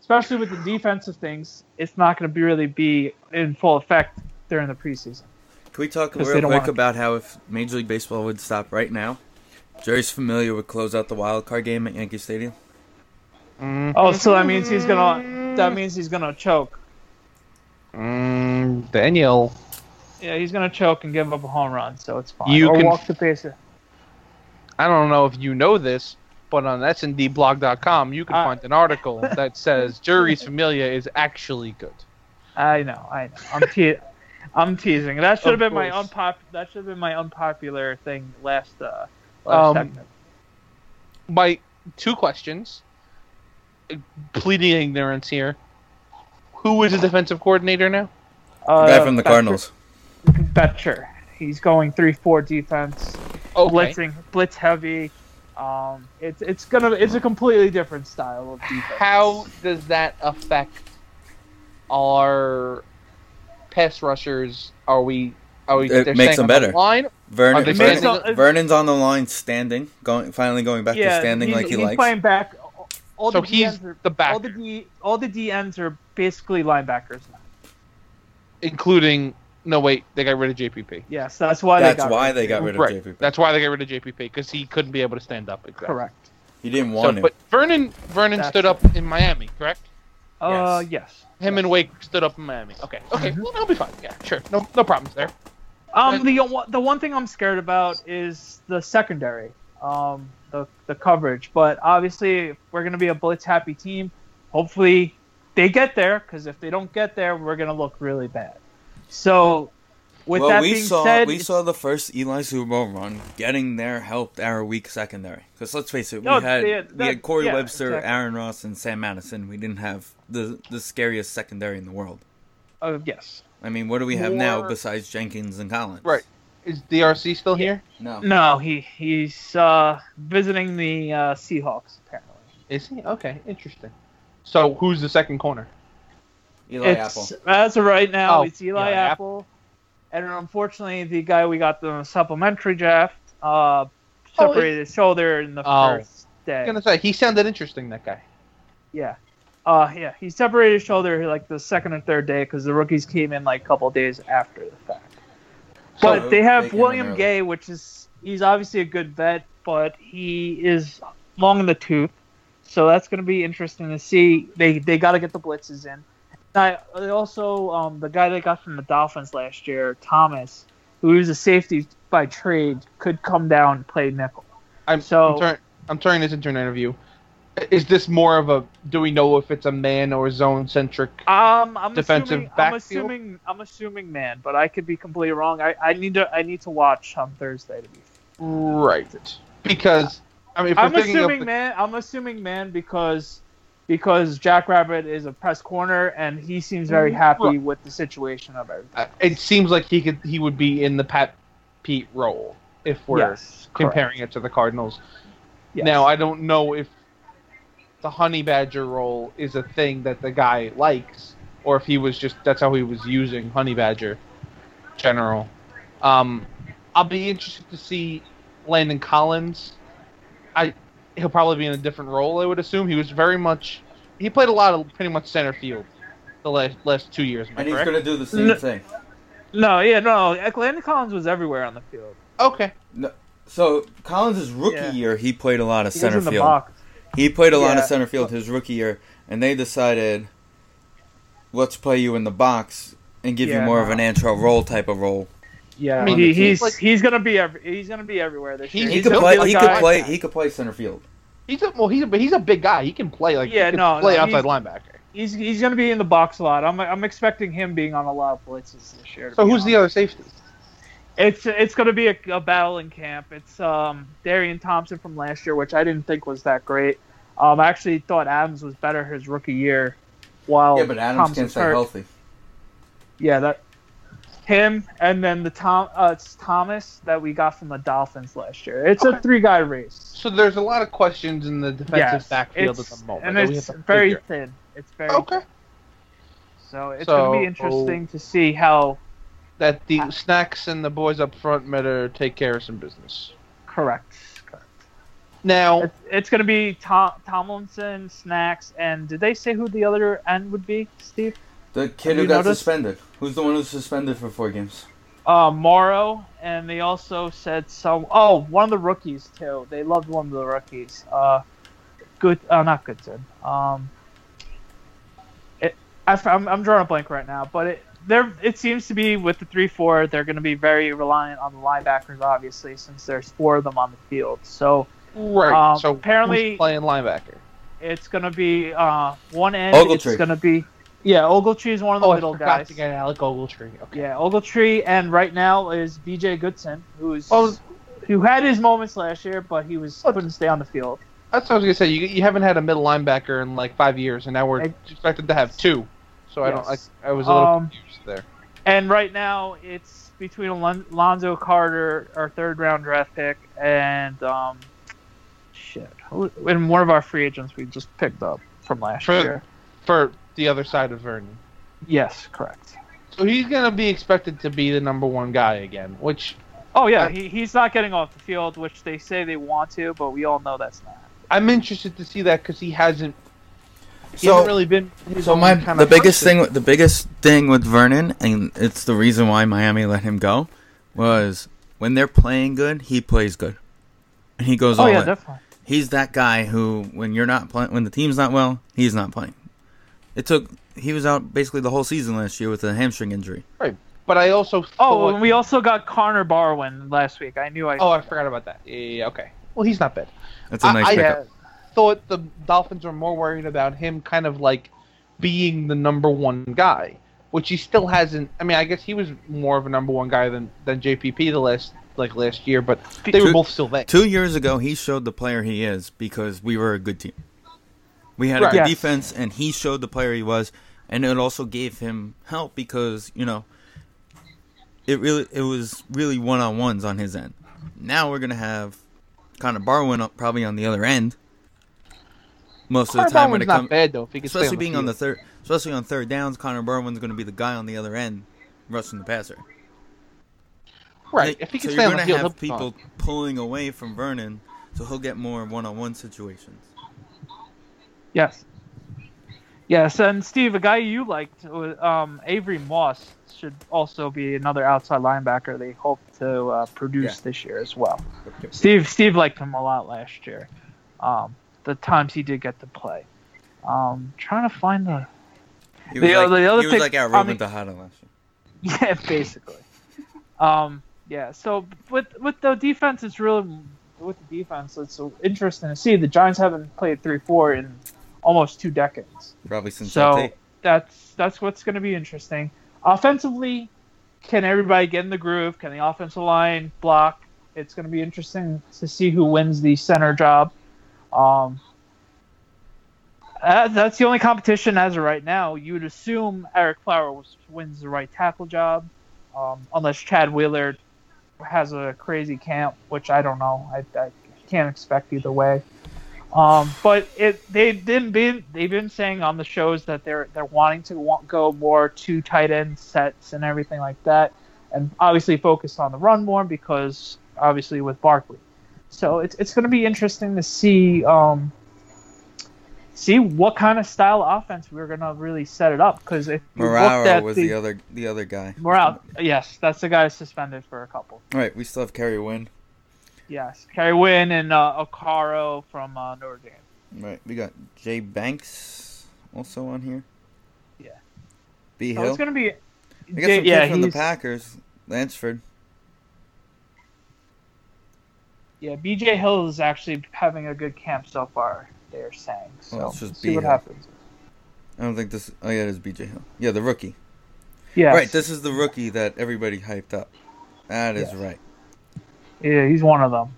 Speaker 2: especially with the defensive things. It's not going to be really be in full effect during the preseason.
Speaker 1: Can we talk
Speaker 2: Because
Speaker 1: real
Speaker 2: they don't
Speaker 1: quick
Speaker 2: wanna-
Speaker 1: about how if Major League Baseball would stop right now, Jerry's familiar would close out the wild card game at Yankee Stadium?
Speaker 3: Mm-hmm.
Speaker 2: Oh, so that means he's gonna that means he's gonna choke.
Speaker 3: Mm, Daniel,
Speaker 2: Yeah, he's gonna choke and give up a home run. So it's fine.
Speaker 3: You
Speaker 2: or
Speaker 3: can-
Speaker 2: walk the bases.
Speaker 3: I don't know if you know this, but on sndblog.com you can
Speaker 2: I-
Speaker 3: find an article that says Jury's Familia is actually good.
Speaker 2: I know, I know. I'm te- I'm teasing. That should have
Speaker 3: Of
Speaker 2: been my
Speaker 3: course.
Speaker 2: unpop. That should have been my unpopular thing last. Uh,
Speaker 3: Um,
Speaker 2: last segment.
Speaker 3: My two questions, pleading ignorance here. Who is the defensive coordinator now?
Speaker 1: The
Speaker 2: uh,
Speaker 1: guy from the
Speaker 2: Betcher-
Speaker 1: Cardinals.
Speaker 2: Betcher. He's going three four defense,
Speaker 3: Oh,
Speaker 2: blitzing, blitz heavy. Um, it's it's gonna it's a completely different style of defense.
Speaker 3: How does that affect our pass rushers? Are we? Are we?
Speaker 1: It
Speaker 3: they're
Speaker 1: makes
Speaker 3: staying
Speaker 1: them
Speaker 3: on the
Speaker 1: better.
Speaker 3: Line? Are
Speaker 1: Vernon,
Speaker 3: they
Speaker 1: Vernon-
Speaker 3: standing-
Speaker 2: So-
Speaker 1: Vernon's on the line standing, going finally going back to standing
Speaker 2: he's,
Speaker 1: like he
Speaker 2: he's
Speaker 1: likes.
Speaker 2: playing back. All
Speaker 3: So
Speaker 2: the
Speaker 3: he's
Speaker 2: DNs are,
Speaker 3: the
Speaker 2: All the
Speaker 3: backer,
Speaker 2: D, all the DNs are basically linebackers now.
Speaker 3: including. No, wait. They got rid of JPP.
Speaker 2: Yes, that's why
Speaker 1: That's
Speaker 2: they got
Speaker 1: why
Speaker 2: rid of
Speaker 1: they
Speaker 2: him.
Speaker 1: got rid of
Speaker 3: right.
Speaker 1: JPP.
Speaker 3: That's why they got rid of JPP because he couldn't be able to stand up. Exactly.
Speaker 2: correct.
Speaker 1: He didn't
Speaker 3: So,
Speaker 1: want him.
Speaker 3: but Vernon Vernon
Speaker 2: That's
Speaker 3: stood
Speaker 2: it.
Speaker 3: up in Miami, correct?
Speaker 2: Uh, yes.
Speaker 3: Him and Wake stood up in Miami. Okay. Okay.
Speaker 2: Mm-hmm.
Speaker 3: Well, that'll be fine. Yeah. Sure. No. No problems there.
Speaker 2: Um,
Speaker 3: Right.
Speaker 2: the one- the one thing I'm scared about is the secondary, um, the the coverage. But obviously, we're gonna be a blitz happy team. Hopefully, they get there because if they don't get there, we're gonna look really bad. So, with
Speaker 1: well,
Speaker 2: that
Speaker 1: we
Speaker 2: being
Speaker 1: saw
Speaker 2: said,
Speaker 1: we
Speaker 2: it's-
Speaker 1: saw the first Eli Super Bowl run getting there helped our weak secondary. Because let's face it, we
Speaker 2: No,
Speaker 1: had
Speaker 2: they had-
Speaker 1: we had
Speaker 2: that-
Speaker 1: Corey
Speaker 2: yeah,
Speaker 1: Webster,
Speaker 2: exactly.
Speaker 1: Aaron Ross, and Sam Madison. We didn't have the the scariest secondary in the world.
Speaker 2: uh, yes,
Speaker 1: I mean, what do we have now
Speaker 3: More-
Speaker 1: besides Jenkins and Collins?
Speaker 3: Right. Is DRC still here?
Speaker 1: No.
Speaker 2: No, he he's uh, visiting the uh, Seahawks apparently.
Speaker 3: Is he? Okay, interesting. So who's the second corner?
Speaker 1: Eli
Speaker 2: it's, uh,
Speaker 1: Apple.
Speaker 2: As of right now,
Speaker 3: Oh,
Speaker 2: it's Eli
Speaker 3: Eli
Speaker 2: Apple. and unfortunately, the guy we got the supplementary draft uh, separated his shoulder in the
Speaker 3: Oh.
Speaker 2: first day.
Speaker 3: I was gonna say he sounded interesting. That guy.
Speaker 2: Yeah. Uh, yeah, he separated his shoulder like the second or third day because the rookies came in like a couple days after the fact. But
Speaker 1: So
Speaker 2: they have
Speaker 1: they came in
Speaker 2: William
Speaker 1: early.
Speaker 2: Gay, which is he's obviously a good vet, but he is long in the tooth, so that's going to be interesting to see. They they got to get the blitzes in. I they also um, the guy they got from the Dolphins last year, Thomas, who is a safety by trade, could come down and play nickel.
Speaker 3: I'm
Speaker 2: So-
Speaker 3: I'm, turn, I'm turning this into an interview. Is this more of a? Do we know if it's a man or zone centric?
Speaker 2: Um, I'm
Speaker 3: Defensive
Speaker 2: assuming, I'm
Speaker 3: backfield?
Speaker 2: assuming I'm assuming man, but I could be completely wrong. I, I need to I need to watch on Thursday to be.
Speaker 3: Right. Because I mean, if
Speaker 2: I'm
Speaker 3: we're thinking
Speaker 2: assuming
Speaker 3: of the,
Speaker 2: man. I'm assuming man because because Jack Rabbit is a press corner and he seems very happy
Speaker 3: Right.
Speaker 2: with the situation of everything.
Speaker 3: uh, it seems like he could he would be in the Pat Pete role if we're
Speaker 2: Yes, correct.
Speaker 3: comparing it to the Cardinals.
Speaker 2: Yes.
Speaker 3: Now I don't know if the honey badger role is a thing that the guy likes, or if he was just that's how he was using honey badger general. Um, I'll be interested to see Landon Collins. I he'll probably be in a different role. I would assume he was very much he played a lot of pretty much center field the last last two years. am I
Speaker 1: And he's
Speaker 3: correct?
Speaker 1: going to do the same
Speaker 2: No.
Speaker 1: thing.
Speaker 2: No, yeah, no. Landon Collins was everywhere on the field.
Speaker 3: Okay.
Speaker 1: So Collins' rookie
Speaker 2: Yeah.
Speaker 1: year, he played a lot of
Speaker 2: He was
Speaker 1: center
Speaker 2: in the
Speaker 1: field.
Speaker 2: box.
Speaker 1: He played a lot of
Speaker 2: Yeah.
Speaker 1: center field his rookie year, and they decided, let's play you in the box and give you
Speaker 2: Yeah,
Speaker 1: more of
Speaker 2: no.
Speaker 1: an Antro role type of role.
Speaker 2: Yeah, I
Speaker 1: on
Speaker 2: mean,
Speaker 1: the
Speaker 2: he,
Speaker 1: team.
Speaker 2: he's
Speaker 3: Like-
Speaker 2: he's gonna be every, he's gonna be everywhere this
Speaker 3: He-
Speaker 2: year.
Speaker 1: He
Speaker 3: He's
Speaker 1: could
Speaker 3: built
Speaker 1: play.
Speaker 3: like
Speaker 1: He
Speaker 3: a
Speaker 1: could
Speaker 3: guy-
Speaker 1: play. He could play center field.
Speaker 3: He's a well. He's a, but he's a big guy. He can play like
Speaker 2: Yeah,
Speaker 3: He can
Speaker 2: no,
Speaker 3: play
Speaker 2: no, he's-
Speaker 3: outside linebacker.
Speaker 2: He's he's gonna be in the box a lot. I'm I'm expecting him being on a lot of blitzes this year. to
Speaker 3: So
Speaker 2: be
Speaker 3: who's
Speaker 2: honest.
Speaker 3: the other safety?
Speaker 2: It's it's gonna be a, a battle in camp. It's um Darian Thompson from last year, which I didn't think was that great. Um, I actually thought Adams was better his rookie year. While
Speaker 1: yeah, but Adams
Speaker 2: Thompson's
Speaker 1: can't stay
Speaker 2: Oh, hurt.
Speaker 1: healthy.
Speaker 2: Yeah, that him and then the Tom uh, it's Thomas that we got from the Dolphins last year. It's a three guy race.
Speaker 3: So there's a lot of questions in the defensive
Speaker 2: Yes,
Speaker 3: backfield at
Speaker 2: it's-
Speaker 3: the moment.
Speaker 2: and
Speaker 3: that we
Speaker 2: it's
Speaker 3: have to
Speaker 2: very
Speaker 3: figure.
Speaker 2: thin. It's very
Speaker 3: okay.
Speaker 2: so it's
Speaker 3: So-
Speaker 2: gonna be interesting to see how
Speaker 3: That the snacks and the boys up front better take care of some business.
Speaker 2: correct.
Speaker 3: Now,
Speaker 2: It's, it's gonna be Tom, Tomlinson, Snacks, and did they say who the other end would be, Steve?
Speaker 1: The kid
Speaker 2: Have
Speaker 1: who
Speaker 2: you
Speaker 1: got
Speaker 2: noticed?
Speaker 1: suspended. Who's the one who's suspended for four games?
Speaker 2: uh, Morrow, and they also said some. Oh, one of the rookies too. They loved one of the rookies. Uh, good, uh, not Goodson. Um, it, I, am I'm drawing a blank right now, but it there it seems to be with the three four, they're going to be very reliant on the linebackers, obviously, since there's four of them on the field. So
Speaker 3: right.
Speaker 2: um,
Speaker 3: so
Speaker 2: apparently-
Speaker 3: who's playing linebacker.
Speaker 2: it's going to be uh, one end.
Speaker 1: Ogletree.
Speaker 2: It's going to be yeah. Ogletree is one of the
Speaker 3: Oh, I
Speaker 2: middle
Speaker 3: forgot
Speaker 2: guys.
Speaker 3: to get Alec Ogletree. Okay.
Speaker 2: Yeah, Ogletree, and right now is BJ Goodson, who's
Speaker 3: Oh.
Speaker 2: who had his moments last year, but he was couldn't stay on the field.
Speaker 3: That's what I was gonna say. You, you haven't had a middle linebacker in like five years, and now we're
Speaker 2: I-
Speaker 3: expected to have two. So I don't.
Speaker 2: Yes.
Speaker 3: I, I was a little
Speaker 2: Um,
Speaker 3: confused there.
Speaker 2: And right now it's between Alon- Lonzo Carter, our third round draft pick, and um, shit, who- and one of our free agents we just picked up from last
Speaker 3: For-
Speaker 2: year.
Speaker 3: For the other side of Vernon.
Speaker 2: Yes, correct.
Speaker 3: So he's gonna be expected to be the number one guy again, which
Speaker 2: Oh yeah,
Speaker 3: Uh,
Speaker 2: he, he's not getting off the field, which they say they want to, but we all know that's not.
Speaker 3: I'm interested to see that because he hasn't. He
Speaker 1: So-
Speaker 3: hasn't really been. His
Speaker 1: So
Speaker 3: own
Speaker 1: my
Speaker 3: kind
Speaker 1: the
Speaker 3: of
Speaker 1: biggest
Speaker 3: person.
Speaker 1: thing the biggest thing with Vernon, and it's the reason why Miami let him go, was when they're playing good, he plays good, and he goes
Speaker 2: Oh
Speaker 1: all
Speaker 2: yeah,
Speaker 1: in.
Speaker 2: definitely.
Speaker 1: He's that guy who, when you're not playing, when the team's not well, he's not playing. It took he was out basically the whole season last year with a hamstring injury.
Speaker 3: Right, but I also.
Speaker 2: Oh,
Speaker 3: thought-
Speaker 2: and we also got Connor Barwin last week. I knew I.
Speaker 3: oh, I forgot about that. Yeah, yeah, yeah, okay. Well, he's not bad.
Speaker 1: That's a
Speaker 3: I-
Speaker 1: nice
Speaker 3: I,
Speaker 1: pickup.
Speaker 3: thought the Dolphins were more worried about him, kind of like being the number one guy, which he still hasn't. I mean, I guess he was more of a number one guy than than JPP the last like last year, but they were
Speaker 1: Two-
Speaker 3: both still there.
Speaker 1: Two years ago, he showed the player he is because we were a good team. We had a
Speaker 3: Right.
Speaker 1: good
Speaker 2: Yes.
Speaker 1: defense, and he showed the player he was, and it also gave him help because you know it really it was really one on ones on his end. Now we're gonna have Connor Barwin up probably on the other end. Most of
Speaker 3: Connor
Speaker 1: the time when
Speaker 3: Barwin's
Speaker 1: it
Speaker 3: not
Speaker 1: comes,
Speaker 3: bad though. If he can stay
Speaker 1: especially being on the third,
Speaker 3: field.
Speaker 1: especially on third downs, Connor Barwin's gonna be the guy on the other end, rushing the passer.
Speaker 3: right,
Speaker 1: Like,
Speaker 3: if he can
Speaker 1: so
Speaker 3: stay
Speaker 1: you're
Speaker 3: on the
Speaker 1: gonna
Speaker 3: field, he'll
Speaker 1: have
Speaker 3: be fine.
Speaker 1: people pulling away from Vernon, so he'll get more one-on-one situations.
Speaker 2: Yes. Yes, and Steve, a guy you liked, um, Avery Moss, should also be another outside linebacker they hope to uh, produce
Speaker 1: Yeah.
Speaker 2: this year as well. Steve, Steve liked him a lot last year. Um, the times he did get to play. Um, trying to find the
Speaker 1: He
Speaker 2: The
Speaker 1: was like,
Speaker 2: other- the other
Speaker 1: he was
Speaker 2: pick-
Speaker 1: like our
Speaker 2: I
Speaker 1: Ruben
Speaker 2: mean-
Speaker 1: Tejada last year.
Speaker 2: yeah, basically. Um, yeah. So with with the defense, it's really with the defense, it's interesting to see the Giants haven't played three four in almost two decades.
Speaker 1: Probably since
Speaker 2: So-
Speaker 1: that tape.
Speaker 2: that's that's what's going to be interesting. Offensively, can everybody get in the groove? Can the offensive line block? It's going to be interesting to see who wins the center job. Um, uh, that's the only competition as of right now. You would assume Eric Flowers wins the right tackle job, um, unless Chad Wheeler has a crazy camp, which I don't know. I, I can't expect either way. Um, but it they've been, been they've been saying on the shows that they're they're wanting to want, go more to tight end sets and everything like that, and obviously focus on the run more because obviously with Barkley, so it's it's going to be interesting to see um, see what kind of style of offense we're going to really set it up because if you looked
Speaker 1: Moraro
Speaker 2: at
Speaker 1: was
Speaker 2: the,
Speaker 1: the, other the other guy.
Speaker 2: Morale, yes, that's the guy suspended for a couple.
Speaker 1: All right, we still have Kerry Win.
Speaker 2: Yes, Kerry Wynn and uh, Okaro from uh, Notre Dame.
Speaker 1: All right, we got Jay Banks also on here.
Speaker 2: Yeah.
Speaker 1: B
Speaker 2: So
Speaker 1: Hill.
Speaker 2: it's going to be.
Speaker 1: we got some
Speaker 2: yeah,
Speaker 1: kids from the
Speaker 2: he's-
Speaker 1: Packers. Lansford.
Speaker 2: Yeah, BJ Hill is actually having a good camp so far. They're saying so.
Speaker 1: Well, it's just
Speaker 2: see what
Speaker 1: B-Hill.
Speaker 2: happens.
Speaker 1: I don't think this. Oh yeah, it is BJ Hill. Yeah, the rookie.
Speaker 2: Yeah,
Speaker 1: Right, this is the rookie that everybody hyped up. That is
Speaker 2: Yes.
Speaker 1: right.
Speaker 2: yeah, he's one of them.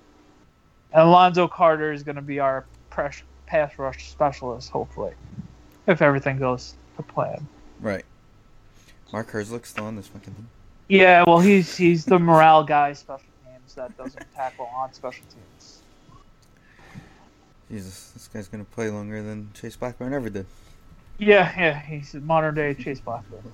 Speaker 2: And Alonzo Carter is going to be our press, pass rush specialist, hopefully, if everything goes to plan.
Speaker 1: Right. Mark Herzlick's still on this fucking thing.
Speaker 2: Yeah, well, he's he's the morale guy special teams that doesn't tackle on special teams.
Speaker 1: Jesus, this guy's gonna play longer than Chase Blackburn ever did.
Speaker 2: Yeah, yeah, he's a modern day Chase Blackburn.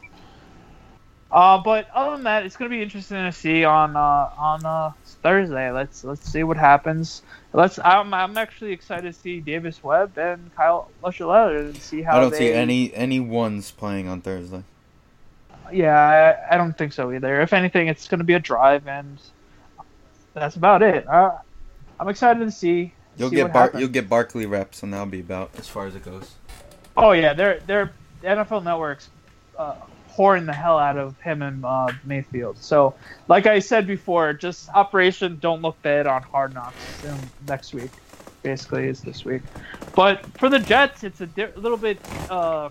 Speaker 2: Uh, but other than that, it's gonna be interesting to see on uh, on uh, Thursday. Let's let's see what happens. Let's. I'm, I'm actually excited to see Davis Webb and Kyle Lushaletta and see how.
Speaker 1: I don't see
Speaker 2: they-
Speaker 1: any any ones playing on Thursday.
Speaker 2: Yeah, I, I don't think so either. If anything, it's gonna be a drive, and that's about it. Uh, I'm excited to see.
Speaker 1: You'll
Speaker 2: see
Speaker 1: get
Speaker 2: what
Speaker 1: Bar-
Speaker 2: happens.
Speaker 1: you'll get Barkley reps, and that'll be about as far as it goes.
Speaker 2: Oh yeah, they're they're the NFL Network's uh, pouring the hell out of him and uh, Mayfield. So, like I said before, just operation don't look bad on Hard Knocks um, next week. Basically, is this week. But for the Jets, it's a di- little bit. Uh,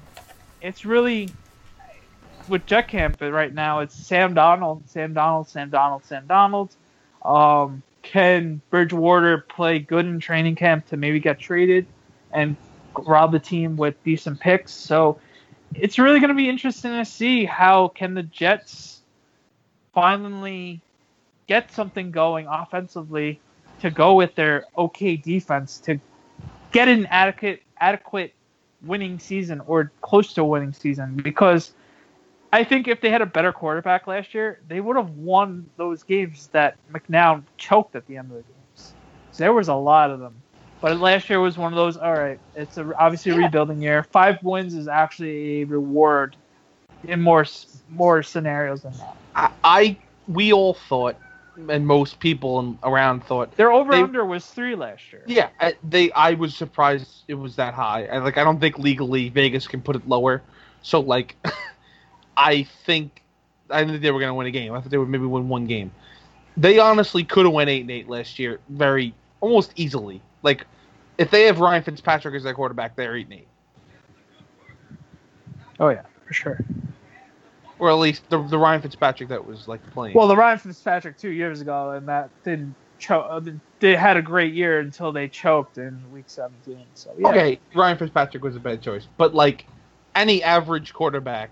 Speaker 2: it's really with Jet Camp right now. It's Sam Donald, Sam Donald, Sam Donald, Sam Donald. Um, can Bridgewater play good in training camp to maybe get traded and rob the team with decent picks. So it's really going to be interesting to see how can the Jets finally get something going offensively to go with their okay defense to get an adequate adequate winning season or close to a winning season because I think if they had a better quarterback last year, they would have won those games that McNown choked at the end of the games. So there was a lot of them. But last year was one of those. All right, it's a, obviously a rebuilding year. Five wins is actually a reward in more s- more scenarios than that.
Speaker 3: I, I we all thought, and most people in- around thought.
Speaker 2: Their over
Speaker 3: They-
Speaker 2: under was three last year.
Speaker 3: Yeah, I, they. I was surprised it was that high. I, like, I don't think legally Vegas can put it lower. So, like, I think I didn't think they were going to win a game. I thought they would maybe win one game. They honestly could have went eight and eight last year, very almost easily. Like, if they have Ryan Fitzpatrick as their quarterback, they're eight and eight,
Speaker 2: Oh yeah, for sure.
Speaker 3: or at least the, the Ryan Fitzpatrick that was like playing.
Speaker 2: Well, the Ryan Fitzpatrick two years ago, and that didn't choke. They had a great year until they choked in week seventeen. So yeah.
Speaker 3: Okay, Ryan Fitzpatrick was a bad choice, but like any average quarterback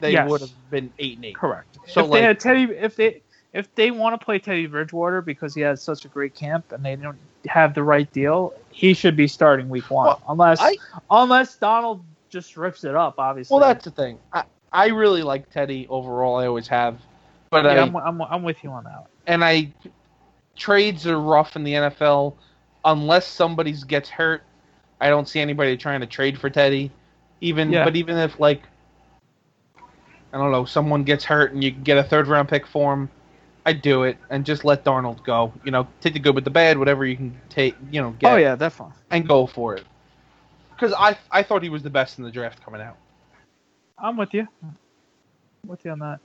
Speaker 3: they
Speaker 2: Yes.
Speaker 3: would have been eight and eight.
Speaker 2: Correct.
Speaker 3: So,
Speaker 2: if
Speaker 3: like-
Speaker 2: they had Teddy, if they if they want to play Teddy Bridgewater because he has such a great camp and they don't have the right deal, he should be starting week one.
Speaker 3: Well,
Speaker 2: unless
Speaker 3: I-
Speaker 2: unless Donald just rips it up, obviously.
Speaker 3: Well, that's the thing. I, I really like Teddy overall. I always have, but
Speaker 2: yeah,
Speaker 3: I,
Speaker 2: I'm, I'm, I'm with you on that. One.
Speaker 3: and I trades are rough in the NFL unless somebody gets hurt. I don't see anybody trying to trade for Teddy, even
Speaker 2: Yeah.
Speaker 3: but even if like I don't know someone gets hurt and you can get a third round pick for him, I do it and just let Darnold go. You know, take the good with the bad, whatever you can take. You know, get
Speaker 2: Oh yeah, definitely.
Speaker 3: and go for it. Because I I thought he was the best in the draft coming out.
Speaker 2: I'm with you. I'm with you on that.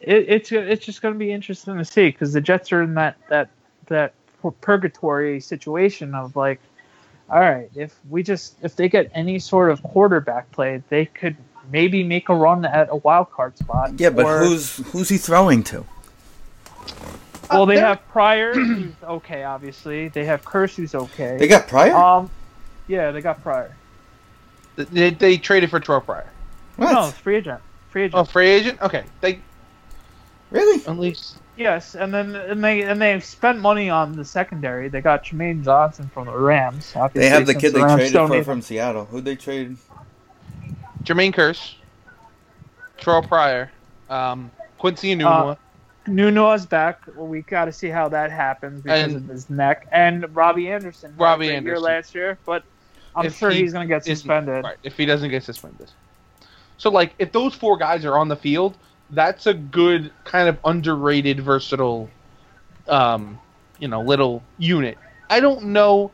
Speaker 2: It, it's it's just going to be interesting to see because the Jets are in that that that pur- purgatory situation of like, all right, if we just if they get any sort of quarterback play, they could maybe make a run at a wild card spot.
Speaker 1: Yeah, but
Speaker 2: or-
Speaker 1: who's who's he throwing to?
Speaker 2: well, they
Speaker 3: they're-
Speaker 2: have Pryor, who's okay, obviously. They have Curse, who's okay.
Speaker 1: They got Pryor.
Speaker 2: um, yeah, they got Pryor.
Speaker 3: They, they traded for Troy Pryor.
Speaker 1: what?
Speaker 2: No, free agent, free agent.
Speaker 3: Oh, free agent. Okay, they
Speaker 1: Really?
Speaker 3: at least
Speaker 2: Yes, and then and they and they spent money on the secondary. They got Tremaine Johnson from the Rams. Obviously,
Speaker 1: They have the
Speaker 2: since
Speaker 1: kid they
Speaker 2: Rams
Speaker 1: traded
Speaker 2: don't
Speaker 1: for
Speaker 2: need-
Speaker 1: from Seattle. Who'd they trade?
Speaker 3: Jermaine Curse, Troy Pryor, um, Quincy Anunua.
Speaker 2: Uh, Nuno's back. Well, we got to see how that happens because
Speaker 3: And-
Speaker 2: of his neck. And Robbie Anderson. had a
Speaker 3: Robbie
Speaker 2: great year
Speaker 3: Anderson.
Speaker 2: last year, but I'm
Speaker 3: If
Speaker 2: sure
Speaker 3: he
Speaker 2: he's going to get
Speaker 3: isn't-
Speaker 2: suspended.
Speaker 3: right, if he doesn't get suspended. So like, if those four guys are on the field, that's a good kind of underrated, versatile, um, you know, little unit. I don't know,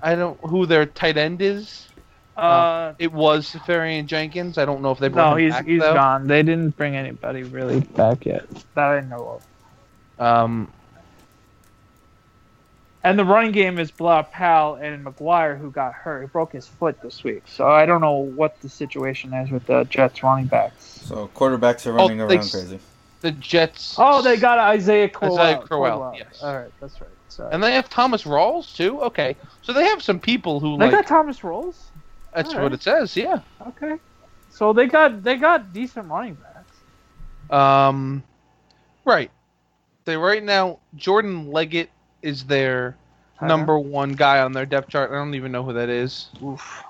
Speaker 3: I don't who their tight end is.
Speaker 2: Uh,
Speaker 3: It was Safarian Jenkins. I don't know if they brought
Speaker 2: no,
Speaker 3: him
Speaker 2: he's
Speaker 3: back,
Speaker 2: he's
Speaker 3: though.
Speaker 2: gone. They didn't bring anybody really back yet that I know of.
Speaker 3: Um,
Speaker 2: And the running game is Blah Powell and McGuire, who got hurt. He broke his foot this week, so I don't know what the situation is with the Jets running backs.
Speaker 1: So quarterbacks are running
Speaker 3: they
Speaker 1: around
Speaker 3: s-
Speaker 1: crazy.
Speaker 3: the Jets.
Speaker 2: Oh, they got Isaiah Crowell. Oh,
Speaker 3: Isaiah Crowell, yes.
Speaker 2: All right, that's right. Sorry.
Speaker 3: And they have Thomas Rawls too. Okay, so they have some people who
Speaker 2: they
Speaker 3: like.
Speaker 2: got Thomas Rolls.
Speaker 3: that's
Speaker 2: all
Speaker 3: what
Speaker 2: right.
Speaker 3: it says. Yeah.
Speaker 2: Okay. So they got they got decent running backs.
Speaker 3: Um, right. They right now Jordan Leggett is their
Speaker 2: Tight end.
Speaker 3: number one guy on their depth chart. I don't even know who that is.
Speaker 2: Oof.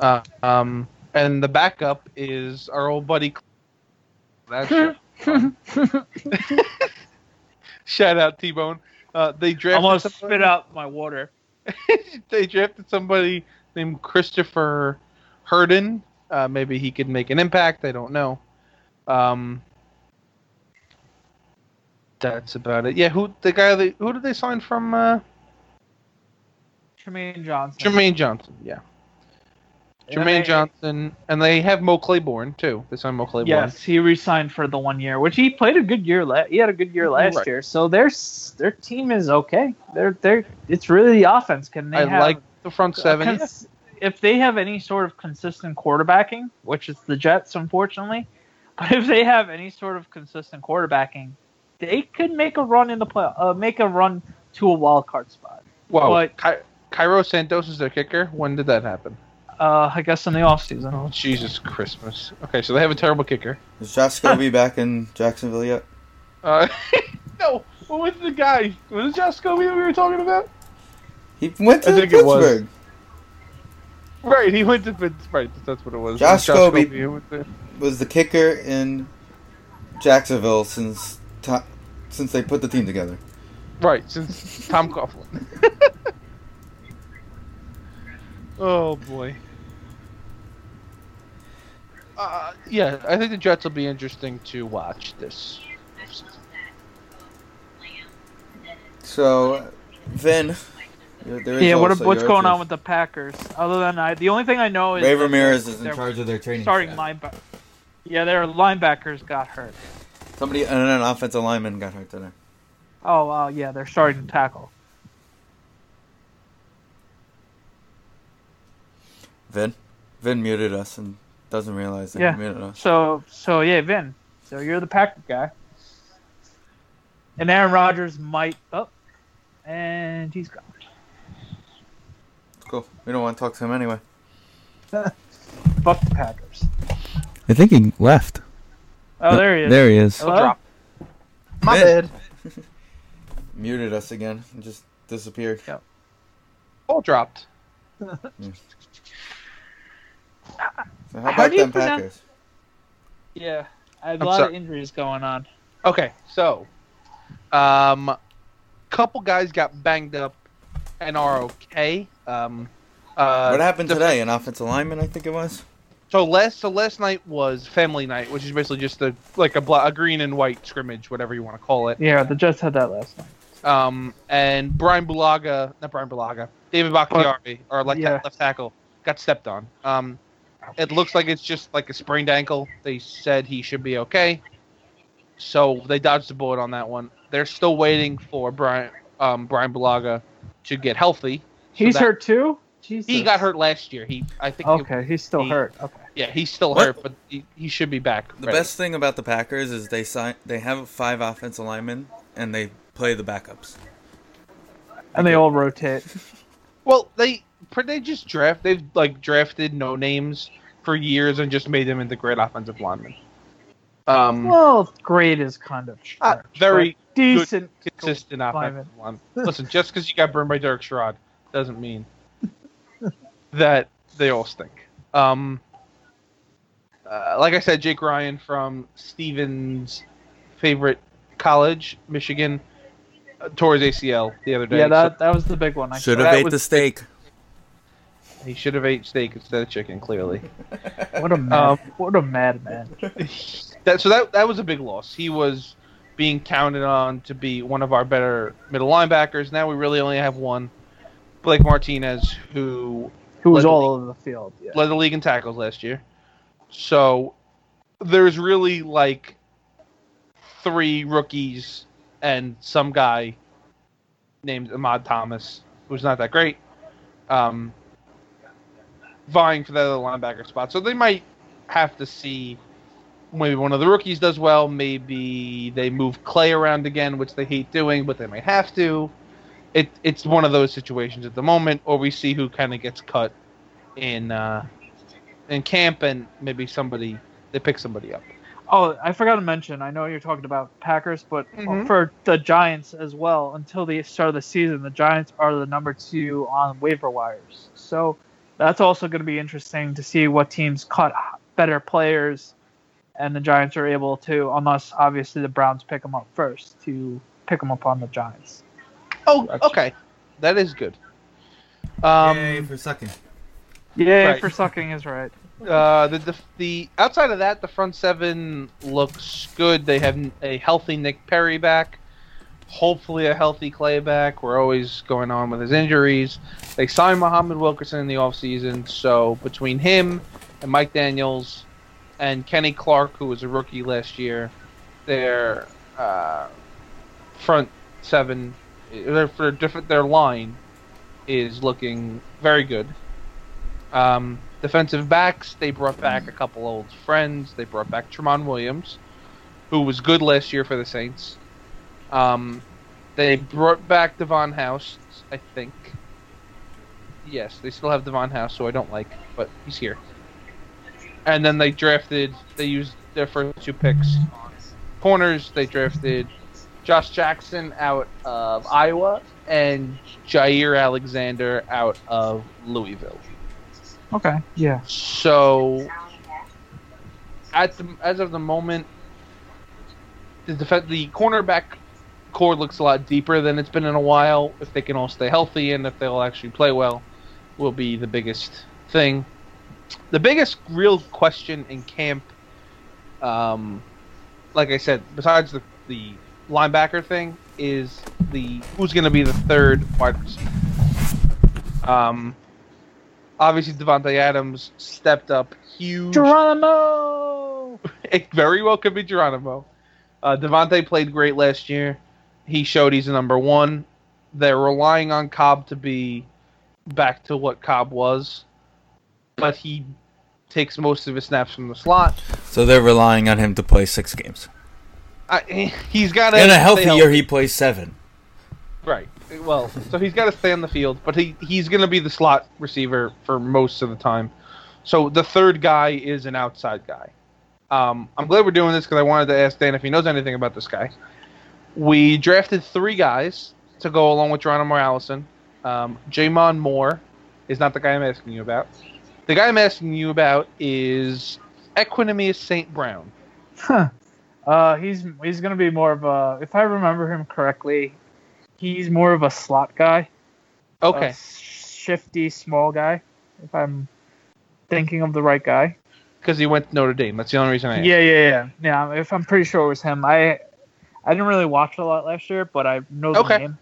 Speaker 3: Uh, um, and the backup is our old buddy. That's shout out T Bone. Uh, they drafted
Speaker 2: Almost
Speaker 3: somebody-
Speaker 2: spit out my water.
Speaker 3: they drafted somebody named Christopher Herden. Uh, maybe he could make an impact. I don't know. Um, that's about it. Yeah, who the guy? They, who did they sign from? Uh,
Speaker 2: Tremaine Johnson.
Speaker 3: Jermaine Johnson. Yeah,
Speaker 2: And
Speaker 3: Jermaine
Speaker 2: they-
Speaker 3: Johnson, and they have Mo Claiborne too. They signed Mo Claiborne.
Speaker 2: Yes, he re-signed for the one year, which he played a good year. La- he had a good year last
Speaker 3: Right.
Speaker 2: year, so their s- their team is okay. They're they're it's really the offense. Can they
Speaker 3: I
Speaker 2: have
Speaker 3: like the front
Speaker 2: a
Speaker 3: seven.
Speaker 2: Uh, cons- if they have any sort of consistent quarterbacking, which is the Jets, unfortunately, but if they have any sort of consistent quarterbacking, they could make a run in the play, uh, make a run to a wild card spot.
Speaker 3: Wow,
Speaker 2: but-
Speaker 3: Ky- Cairo Santos is their kicker. When did that happen?
Speaker 2: Uh, I guess in the offseason.
Speaker 3: Oh, Jesus Christmas. Okay, so they have a terrible kicker.
Speaker 1: Is Josh gonna be back in Jacksonville yet?
Speaker 3: Uh, no, what was the guy? Was it Josh Scobie that we were talking about?
Speaker 1: He went to
Speaker 3: I think it was.
Speaker 1: Pittsburgh.
Speaker 3: Right, he went to Fitz. Right, that's what it was.
Speaker 1: Josh
Speaker 3: It was
Speaker 1: Scobie.
Speaker 3: He went to-
Speaker 1: was. the kicker in Jacksonville since to- since they put the team together.
Speaker 3: Right, since Tom Coughlin. oh boy. Uh, yeah, I think the Jets will be interesting to watch this.
Speaker 1: So, Vin, you're- there is
Speaker 2: Yeah, what,
Speaker 1: also
Speaker 2: what's
Speaker 1: your
Speaker 2: going
Speaker 1: team.
Speaker 2: on with the Packers? Other than I, the only thing I know is
Speaker 1: Ray
Speaker 2: that
Speaker 1: Ramirez is in
Speaker 2: they're
Speaker 1: charge of their training.
Speaker 2: starting
Speaker 1: staff.
Speaker 2: linebacker. Yeah, their linebackers got hurt.
Speaker 1: Somebody and an offensive lineman got hurt today.
Speaker 2: Oh, wow, yeah, they're starting to tackle.
Speaker 1: Vin, Vin muted us and doesn't realize that
Speaker 2: Yeah.
Speaker 1: he muted us.
Speaker 2: So, so yeah, Vin. So you're the Packer guy, and Aaron Rodgers might up, and he's gone.
Speaker 1: Cool. We don't want to talk to him anyway.
Speaker 2: Fuck the Packers.
Speaker 1: I think he left.
Speaker 2: Oh, there he is.
Speaker 1: There he is.
Speaker 2: Hello?
Speaker 3: Drop. My
Speaker 1: Hey.
Speaker 3: bad.
Speaker 1: Muted us again. and Just disappeared.
Speaker 3: All dropped.
Speaker 1: So how
Speaker 2: How
Speaker 1: about
Speaker 2: do you
Speaker 1: them
Speaker 2: pronounce-
Speaker 1: Packers?
Speaker 2: Yeah, I have a
Speaker 3: I'm
Speaker 2: lot of
Speaker 3: sorry.
Speaker 2: injuries going on.
Speaker 3: Okay, so, um, couple guys got banged up and are okay. Um, uh,
Speaker 1: What happened today? An offensive lineman, I think it was.
Speaker 3: So last so last night was family night, which is basically just a like a, bla- a green and white scrimmage, whatever you want to call it.
Speaker 2: Yeah, the Jets had that last night.
Speaker 3: Um, and Brian Bulaga, not Brian Bulaga, David Bakhtiari, or like
Speaker 2: Yeah.
Speaker 3: that left tackle, got stepped on. Um, it looks like it's just like a sprained ankle. They said he should be okay, so they dodged the bullet on that one. They're still waiting for Brian um, Brian Bulaga to get healthy.
Speaker 2: He's
Speaker 3: that-
Speaker 2: hurt too. Jesus.
Speaker 3: He got hurt last year. He I think it-
Speaker 2: Okay, he's still
Speaker 3: He-
Speaker 2: hurt. Okay.
Speaker 3: yeah he's still
Speaker 1: What?
Speaker 3: hurt, but he, he should be back.
Speaker 1: The
Speaker 3: ready.
Speaker 1: best thing about the Packers is they sign. They have five offensive linemen and they play the backups.
Speaker 2: And they all rotate.
Speaker 3: Well, they pr- they just draft. They've like drafted no names for years and just made them into great offensive linemen. Um,
Speaker 2: Well, grade is kind of
Speaker 3: uh,
Speaker 2: stretch,
Speaker 3: very
Speaker 2: but decent.
Speaker 3: consistent
Speaker 2: lineman.
Speaker 3: offensive lineman. Listen, just because you got burned by Derek Sherrod doesn't mean that they all stink. Um, uh, like I said, Jake Ryan from Stevens' favorite college, Michigan, uh, tore his ACL the other day.
Speaker 2: Yeah,
Speaker 3: so-
Speaker 2: that that was the big one. I
Speaker 1: Should have
Speaker 3: That
Speaker 1: ate
Speaker 3: was-
Speaker 1: the steak.
Speaker 3: He should have ate steak instead of chicken. Clearly,
Speaker 2: What a
Speaker 3: Um,
Speaker 2: mad, what a madman.
Speaker 3: that so that that was a big loss. He was being counted on to be one of our better middle linebackers. Now we really only have one, Blake Martinez, who
Speaker 2: Who was
Speaker 3: Led the
Speaker 2: all over the field? Yeah.
Speaker 3: led the league in tackles last year. So there's really like three rookies and some guy named Ahmad Thomas, who's not that great, um, vying for that other linebacker spot. So they might have to see maybe one of the rookies does well. Maybe they move Clay around again, which they hate doing, but they might have to. It, it's one of those situations at the moment, or we see who kind of gets cut in uh, in camp, and maybe somebody they pick somebody up.
Speaker 2: Oh, I forgot to mention. I know you're talking about Packers, but
Speaker 3: Mhm.
Speaker 2: for the Giants as well. Until the start of the season, the Giants are the number two on waiver wires. So that's also going to be interesting to see what teams cut better players, and the Giants are able to, unless obviously the Browns pick them up first to pick them up on the Giants.
Speaker 3: Oh, okay, that is good. Um,
Speaker 1: for sucking.
Speaker 2: Yay
Speaker 3: Right.
Speaker 2: for sucking is right.
Speaker 3: uh, the, the the outside of that, the front seven looks good. They have a healthy Nick Perry back, hopefully a healthy Clay back. We're always going on with his injuries. They signed Muhammad Wilkerson in the offseason, so between him and Mike Daniels and Kenny Clark, who was a rookie last year, their uh, front seven, their, their different their line is looking very good. Um, defensive backs, they brought back a couple old friends. They brought back Tremont Williams, who was good last year for the Saints. Um, they brought back Devon House, I think. Yes, they still have Devon House, so I don't like, but he's here. And then they drafted, they used their first two picks on corners. They drafted Josh Jackson out of Iowa and Jair Alexander out of Louisville.
Speaker 2: Okay. Yeah.
Speaker 3: So, at the, as of the moment, the def- the cornerback core looks a lot deeper than it's been in a while. If they can all stay healthy and if they'll actually play well, will be the biggest thing. The biggest real question in camp, um, like I said, besides the the linebacker thing, is the who's going to be the third wide receiver. Um, obviously Devontae Adams stepped up huge.
Speaker 2: Geronimo.
Speaker 3: It very well could be Geronimo. Uh, Devontae played great last year. He showed he's a number one. They're relying on Cobb to be back to what Cobb was, but he takes most of his snaps from the slot.
Speaker 1: So they're relying on him to play six games.
Speaker 3: I, eh, he's got
Speaker 1: In a healthy year, he plays seven.
Speaker 3: Right. Well, so he's got to stay on the field, but he he's going to be the slot receiver for most of the time. So the third guy is an outside guy. Um, I'm glad we're doing this because I wanted to ask Dan if he knows anything about this guy. We drafted three guys to go along with Geronimo Allison. Um, Jamon Moore is not the guy I'm asking you about. The guy I'm asking you about is Equinemius St. Brown.
Speaker 2: Huh. Uh, he's he's gonna be more of a. If I remember him correctly, he's more of a slot guy. a
Speaker 3: Okay.
Speaker 2: shifty, small guy. If I'm thinking of the right guy.
Speaker 3: Because he went to Notre Dame. That's the only reason I asked.
Speaker 2: Yeah, yeah, yeah. Yeah. If I'm pretty sure it was him. I I didn't really watch a lot last year, but I know the
Speaker 3: Okay.
Speaker 2: name.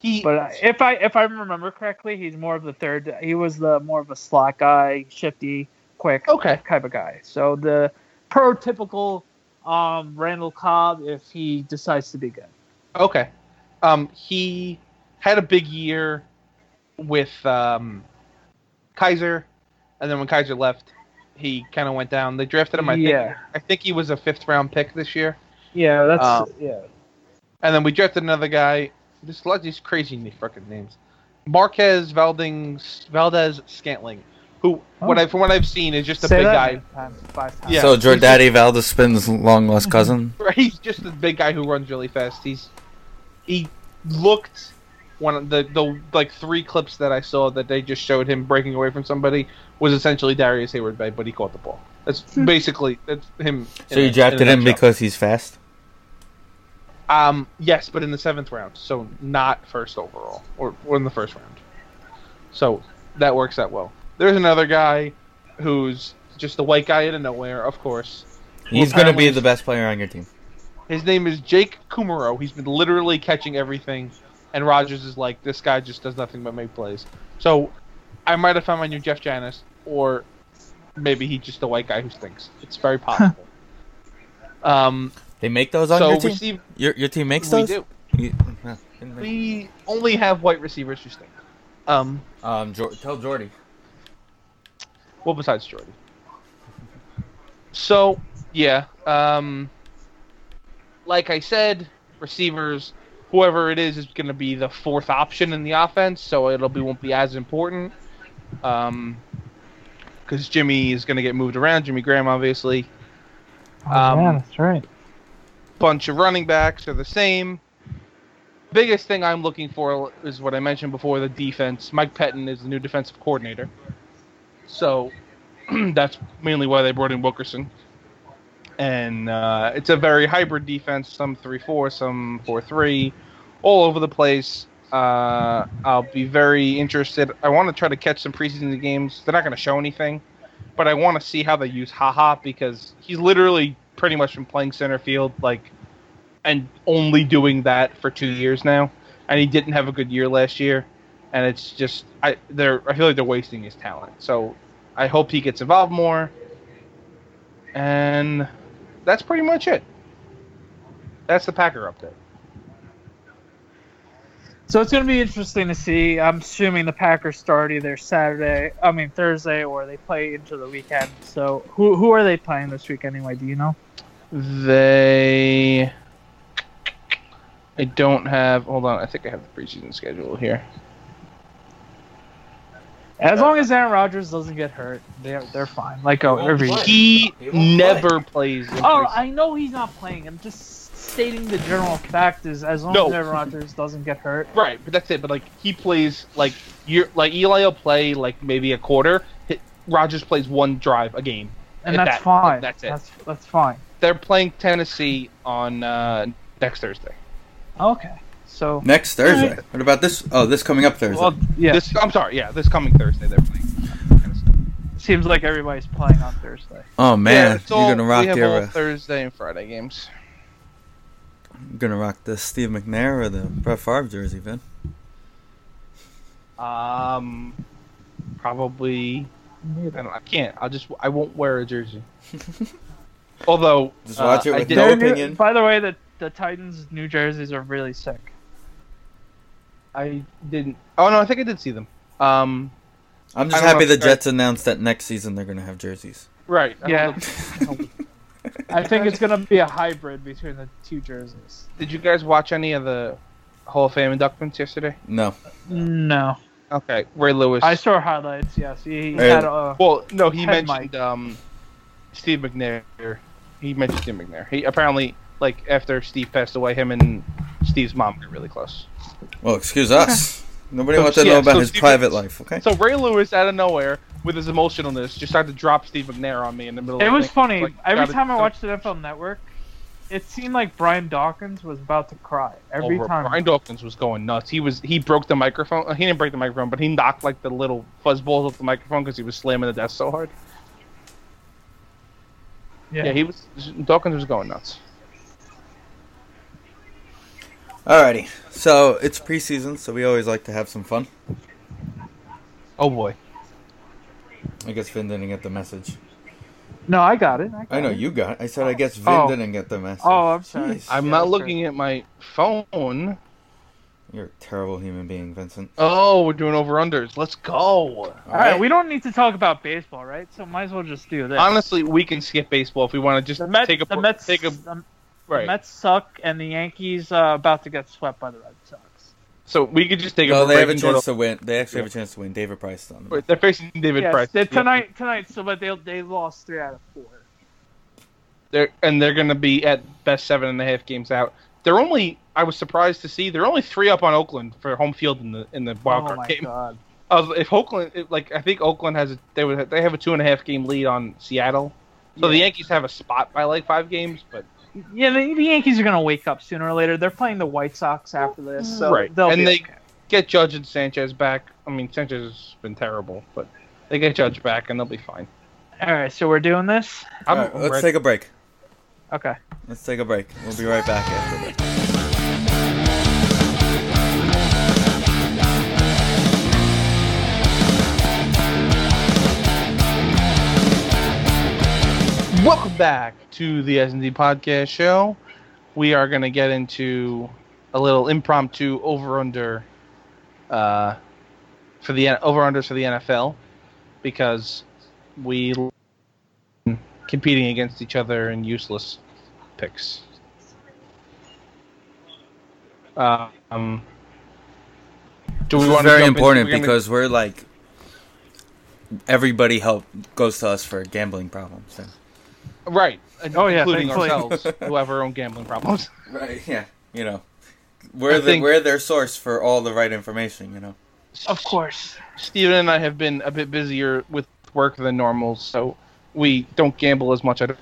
Speaker 3: He,
Speaker 2: But uh, if I if I remember correctly, he's more of the third. He was the more of a slot guy, shifty, quick
Speaker 3: Okay.
Speaker 2: type of guy. So the prototypical um, Randall Cobb, if he decides to be good.
Speaker 3: Okay. Um, he had a big year with um, Kaiser, and then when Kaiser left, he kind of went down. They drafted him. I
Speaker 2: Yeah.
Speaker 3: think. I think he was a fifth round pick this year,
Speaker 2: Yeah, that's
Speaker 3: Um,
Speaker 2: yeah.
Speaker 3: and then we drafted another guy. This lot these crazy na- fucking names. Marquez Valdez Valdez Scantling, who what
Speaker 2: Oh.
Speaker 3: I from what I've seen is just a
Speaker 2: Say
Speaker 3: big
Speaker 2: that
Speaker 3: guy.
Speaker 2: times- five times.
Speaker 3: Yeah.
Speaker 1: So Jordaddy Valde's long lost cousin.
Speaker 3: Right, He's just a big guy who runs really fast. He's he looked one of the the like three clips that I saw that they just showed him breaking away from somebody was essentially Darius Hayward, but but he caught the ball. That's basically that's him.
Speaker 1: So
Speaker 3: in a-
Speaker 1: you
Speaker 3: in a
Speaker 1: drafted him
Speaker 3: nutshell.
Speaker 1: because he's fast.
Speaker 3: um yes, but in the seventh round, so not first overall or, or in the first round. So that works out well. There's another guy who's just a white guy out of nowhere, of course.
Speaker 1: He's
Speaker 3: Well,
Speaker 1: going to be
Speaker 3: Tyler's-
Speaker 1: the best player on your team.
Speaker 3: His name is Jake Kumaro. He's been literally catching everything, and Rogers is like, this guy just does nothing but make plays. So, I might have found my new Jeff Janis, or maybe he's just a white guy who stinks. It's very possible. um,
Speaker 1: They make those on
Speaker 3: so
Speaker 1: your team.
Speaker 3: receive,
Speaker 1: your your team makes
Speaker 3: we
Speaker 1: those.
Speaker 3: do.
Speaker 1: You- huh, didn't make-
Speaker 3: We only have white receivers who stink. Um,
Speaker 1: um, Jor- tell Jordy.
Speaker 3: Well, besides Jordy. So, yeah. Um, like I said, receivers, whoever it is, is going to be the fourth option in the offense, so it'll be won't be as important. Um, because Jimmy is going to get moved around. Jimmy Graham, obviously. Um,
Speaker 2: yeah, Oh, that's right.
Speaker 3: Bunch of running backs are the same. Biggest thing I'm looking for is what I mentioned before the defense. Mike Pettin is the new defensive coordinator. So that's mainly why they brought in Wilkerson. And uh, it's a very hybrid defense some 3 4, some 4 3, all over the place. Uh, I'll be very interested. I want to try to catch some preseason games. They're not going to show anything, but I want to see how they use Haha because he's literally pretty much been playing center field like and only doing that for two years now. And he didn't have a good year last year. And it's just I they're I feel like they're wasting his talent. So I hope he gets involved more. And that's pretty much it. That's the Packer update.
Speaker 2: So it's going to be interesting to see. I'm assuming the Packers start either Saturday, I mean Thursday, or they play into the weekend. So who who are they playing this week anyway? Do you know?
Speaker 3: They. I don't have. Hold on. I think I have the preseason schedule here.
Speaker 2: As long as Aaron Rodgers doesn't get hurt, they're they're fine. Like oh, every year.
Speaker 3: He never plays. in
Speaker 2: Oh,
Speaker 3: preseason.
Speaker 2: I know he's not playing. I'm just stating the general fact is as long
Speaker 3: No.
Speaker 2: as Aaron Rodgers doesn't get hurt.
Speaker 3: Right, but that's it. But like he plays like you like Eli will play like maybe a quarter. Hi- Rogers plays one drive a game.
Speaker 2: And
Speaker 3: At
Speaker 2: that's
Speaker 3: that-
Speaker 2: fine.
Speaker 3: that's it.
Speaker 2: That's, that's fine.
Speaker 3: They're playing Tennessee on uh, next Thursday.
Speaker 2: Okay. So,
Speaker 1: Next Thursday. What about this? Oh, this coming up Thursday.
Speaker 2: well, yeah.
Speaker 3: This I'm sorry, yeah, this coming Thursday they're playing. Tennessee.
Speaker 2: seems like everybody's playing on Thursday.
Speaker 1: oh man,
Speaker 3: it's all-
Speaker 1: you're gonna rock
Speaker 3: we have
Speaker 1: your,
Speaker 3: all
Speaker 1: uh,
Speaker 3: Thursday and Friday games.
Speaker 1: you're gonna rock the Steve McNair or the Brett Favre jersey, man.
Speaker 3: Um, probably. I, don't, I can't. I'll just. I won't wear a jersey. Although,
Speaker 1: Just watch
Speaker 3: uh,
Speaker 1: it
Speaker 3: I
Speaker 1: with
Speaker 3: did-
Speaker 1: no
Speaker 2: They're new-
Speaker 1: opinion.
Speaker 2: by the way, the the Titans' New Jerseys are really sick.
Speaker 3: I didn't. Oh no, I think I did see them. Um,
Speaker 1: I'm just
Speaker 3: I don't
Speaker 1: happy
Speaker 3: know
Speaker 1: the
Speaker 3: if they're-
Speaker 1: Jets announced that next season they're gonna have jerseys.
Speaker 3: right. I don't
Speaker 2: Yeah.
Speaker 3: know.
Speaker 2: I think it's gonna be a hybrid between the two jerseys.
Speaker 3: Did you guys watch any of the Hall of Fame inductments yesterday?
Speaker 1: No,
Speaker 2: No,
Speaker 3: Okay, Ray Lewis.
Speaker 2: I saw highlights. Yes, he, he
Speaker 1: Hey.
Speaker 2: had a
Speaker 3: well, no, he
Speaker 2: Head
Speaker 3: mentioned um, Steve McNair. he mentioned Steve McNair. He apparently like after Steve passed away, him and Steve's mom got really close.
Speaker 1: Well, excuse us. Nobody
Speaker 3: So,
Speaker 1: wants to
Speaker 3: yeah,
Speaker 1: know about
Speaker 3: so
Speaker 1: his
Speaker 3: Steve-
Speaker 1: private life, okay?
Speaker 3: So Ray Lewis out of nowhere with his emotionalness just started to drop Steve McNair on me in the middle.
Speaker 2: It
Speaker 3: of
Speaker 2: was
Speaker 3: the thing.
Speaker 2: funny.
Speaker 3: Like,
Speaker 2: Every
Speaker 3: gotta-
Speaker 2: time I watched the NFL Network, it seemed like Brian Dawkins was about to cry every
Speaker 3: over.
Speaker 2: time.
Speaker 3: Brian Dawkins was going nuts. He was he broke the microphone. uh, He didn't break the microphone, but he knocked like the little fuzz balls off the microphone because he was slamming the desk so hard. Yeah, he was Dawkins was going nuts.
Speaker 1: Alrighty. So it's preseason, so we always like to have some fun.
Speaker 3: Oh boy.
Speaker 1: I guess Vin didn't get the message.
Speaker 2: no, I got it. I, got
Speaker 1: I know
Speaker 2: it.
Speaker 1: you got. I said I guess Vin
Speaker 2: Oh.
Speaker 1: didn't get the message.
Speaker 2: Oh, I'm sorry.
Speaker 1: Jeez.
Speaker 3: I'm
Speaker 2: Yeah,
Speaker 3: not
Speaker 2: that's
Speaker 3: looking at my phone.
Speaker 1: You're a terrible human being, Vincent.
Speaker 3: Oh, we're doing over unders. Let's go.
Speaker 2: All right, we don't need to talk about baseball, right? So might as well just do this.
Speaker 3: Honestly, we can skip baseball if we want to just
Speaker 2: the Mets,
Speaker 3: take a
Speaker 2: the Mets,
Speaker 3: take a
Speaker 2: the
Speaker 3: right.
Speaker 2: Mets suck, and the Yankees uh, about to get swept by the Red Sox.
Speaker 3: So we could just take
Speaker 1: No,
Speaker 3: a
Speaker 1: they
Speaker 3: break
Speaker 1: have a
Speaker 3: and go
Speaker 1: chance
Speaker 3: to.
Speaker 1: to win. They actually have a chance to win. David Price is on. the
Speaker 3: Wait, They're facing David
Speaker 2: Yes,
Speaker 3: Price
Speaker 2: they- tonight, tonight. So, but they they lost three out of four.
Speaker 3: They're, and they're going to be at best seven and a half games out. They're only. I was surprised to see they're only three up on Oakland for home field in the in the wild
Speaker 2: oh
Speaker 3: card
Speaker 2: my
Speaker 3: game.
Speaker 2: god!
Speaker 3: I was, if Oakland, if, like I think Oakland has, a, they would they have a two and a half game lead on Seattle. So the
Speaker 2: Yeah.
Speaker 3: Yankees have a spot by like five games, but
Speaker 2: Yeah, the, the Yankees are gonna wake up sooner or later. They're playing the White Sox after this, so
Speaker 3: Right.
Speaker 2: they'll
Speaker 3: And
Speaker 2: be
Speaker 3: they-
Speaker 2: okay.
Speaker 3: get Judge and Sanchez back. I mean Sanchez has been terrible, but they get Judge back and they'll be fine.
Speaker 2: All right, so we're doing this.
Speaker 3: I'm
Speaker 1: All right, let's
Speaker 3: ready.
Speaker 1: take a break.
Speaker 2: Okay.
Speaker 1: Let's take a break. We'll be right back after this.
Speaker 3: Welcome back to the S and D Podcast Show. We are going to get into a little impromptu over under uh, for the over unders for the NFL because we l- competing against each other in useless picks. Um, do
Speaker 1: This
Speaker 3: we
Speaker 1: is
Speaker 3: want to
Speaker 1: very important because we're like everybody help goes to us for gambling problems. So.
Speaker 3: right,
Speaker 2: Oh, yeah,
Speaker 3: including
Speaker 2: thankfully.
Speaker 3: ourselves who have our own gambling problems.
Speaker 1: Right. Yeah. You know,
Speaker 3: I
Speaker 1: we're the,
Speaker 3: think-
Speaker 1: we're their source for all the right information. You know.
Speaker 2: Of course.
Speaker 3: Steven and I have been a bit busier with work than normal, so we don't gamble as much. I don't-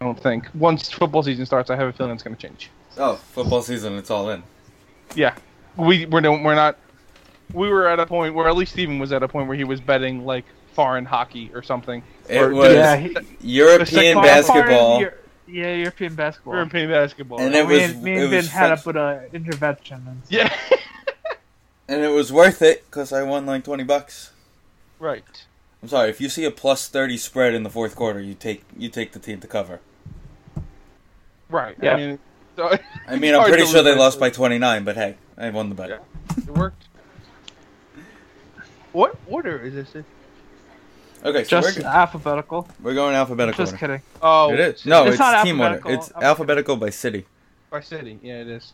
Speaker 3: I don't think. Once football season starts, I have a feeling it's going to change.
Speaker 1: Oh, football season. It's all in.
Speaker 3: Yeah, we we're no, we're not. We were at a point where at least Steven was at a point where he was betting like foreign hockey or something.
Speaker 1: It
Speaker 3: or
Speaker 1: was
Speaker 2: Yeah, he-
Speaker 1: European
Speaker 3: Football.
Speaker 1: basketball.
Speaker 2: Part of Eu- yeah, European basketball.
Speaker 3: European basketball.
Speaker 1: And then- It
Speaker 2: me,
Speaker 1: was-
Speaker 2: and, me
Speaker 1: it
Speaker 2: and
Speaker 1: was
Speaker 2: Ben had
Speaker 1: French-
Speaker 2: up with an intervention. And
Speaker 3: yeah,
Speaker 1: and it was worth it because I won like twenty bucks.
Speaker 3: right.
Speaker 1: I'm sorry. If you see a plus thirty spread in the fourth quarter, you take you take the team to cover.
Speaker 3: Right.
Speaker 2: Yeah.
Speaker 3: I mean, so,
Speaker 1: I mean, I'm
Speaker 3: Hard
Speaker 1: pretty
Speaker 3: to
Speaker 1: sure
Speaker 3: lose
Speaker 1: they
Speaker 3: by
Speaker 1: lost by 29, but hey, I won the bet.
Speaker 3: Yeah. it worked. What order is this? in?
Speaker 1: Okay, so
Speaker 2: just
Speaker 1: we're,
Speaker 2: alphabetical.
Speaker 1: we're going alphabetical.
Speaker 2: Just
Speaker 1: order.
Speaker 2: kidding.
Speaker 3: Oh,
Speaker 1: It is no,
Speaker 2: It's
Speaker 1: it's,
Speaker 2: not
Speaker 1: team order.
Speaker 2: alphabetical.
Speaker 1: It's
Speaker 2: Okay.
Speaker 1: alphabetical by city.
Speaker 3: by city. Yeah, it is.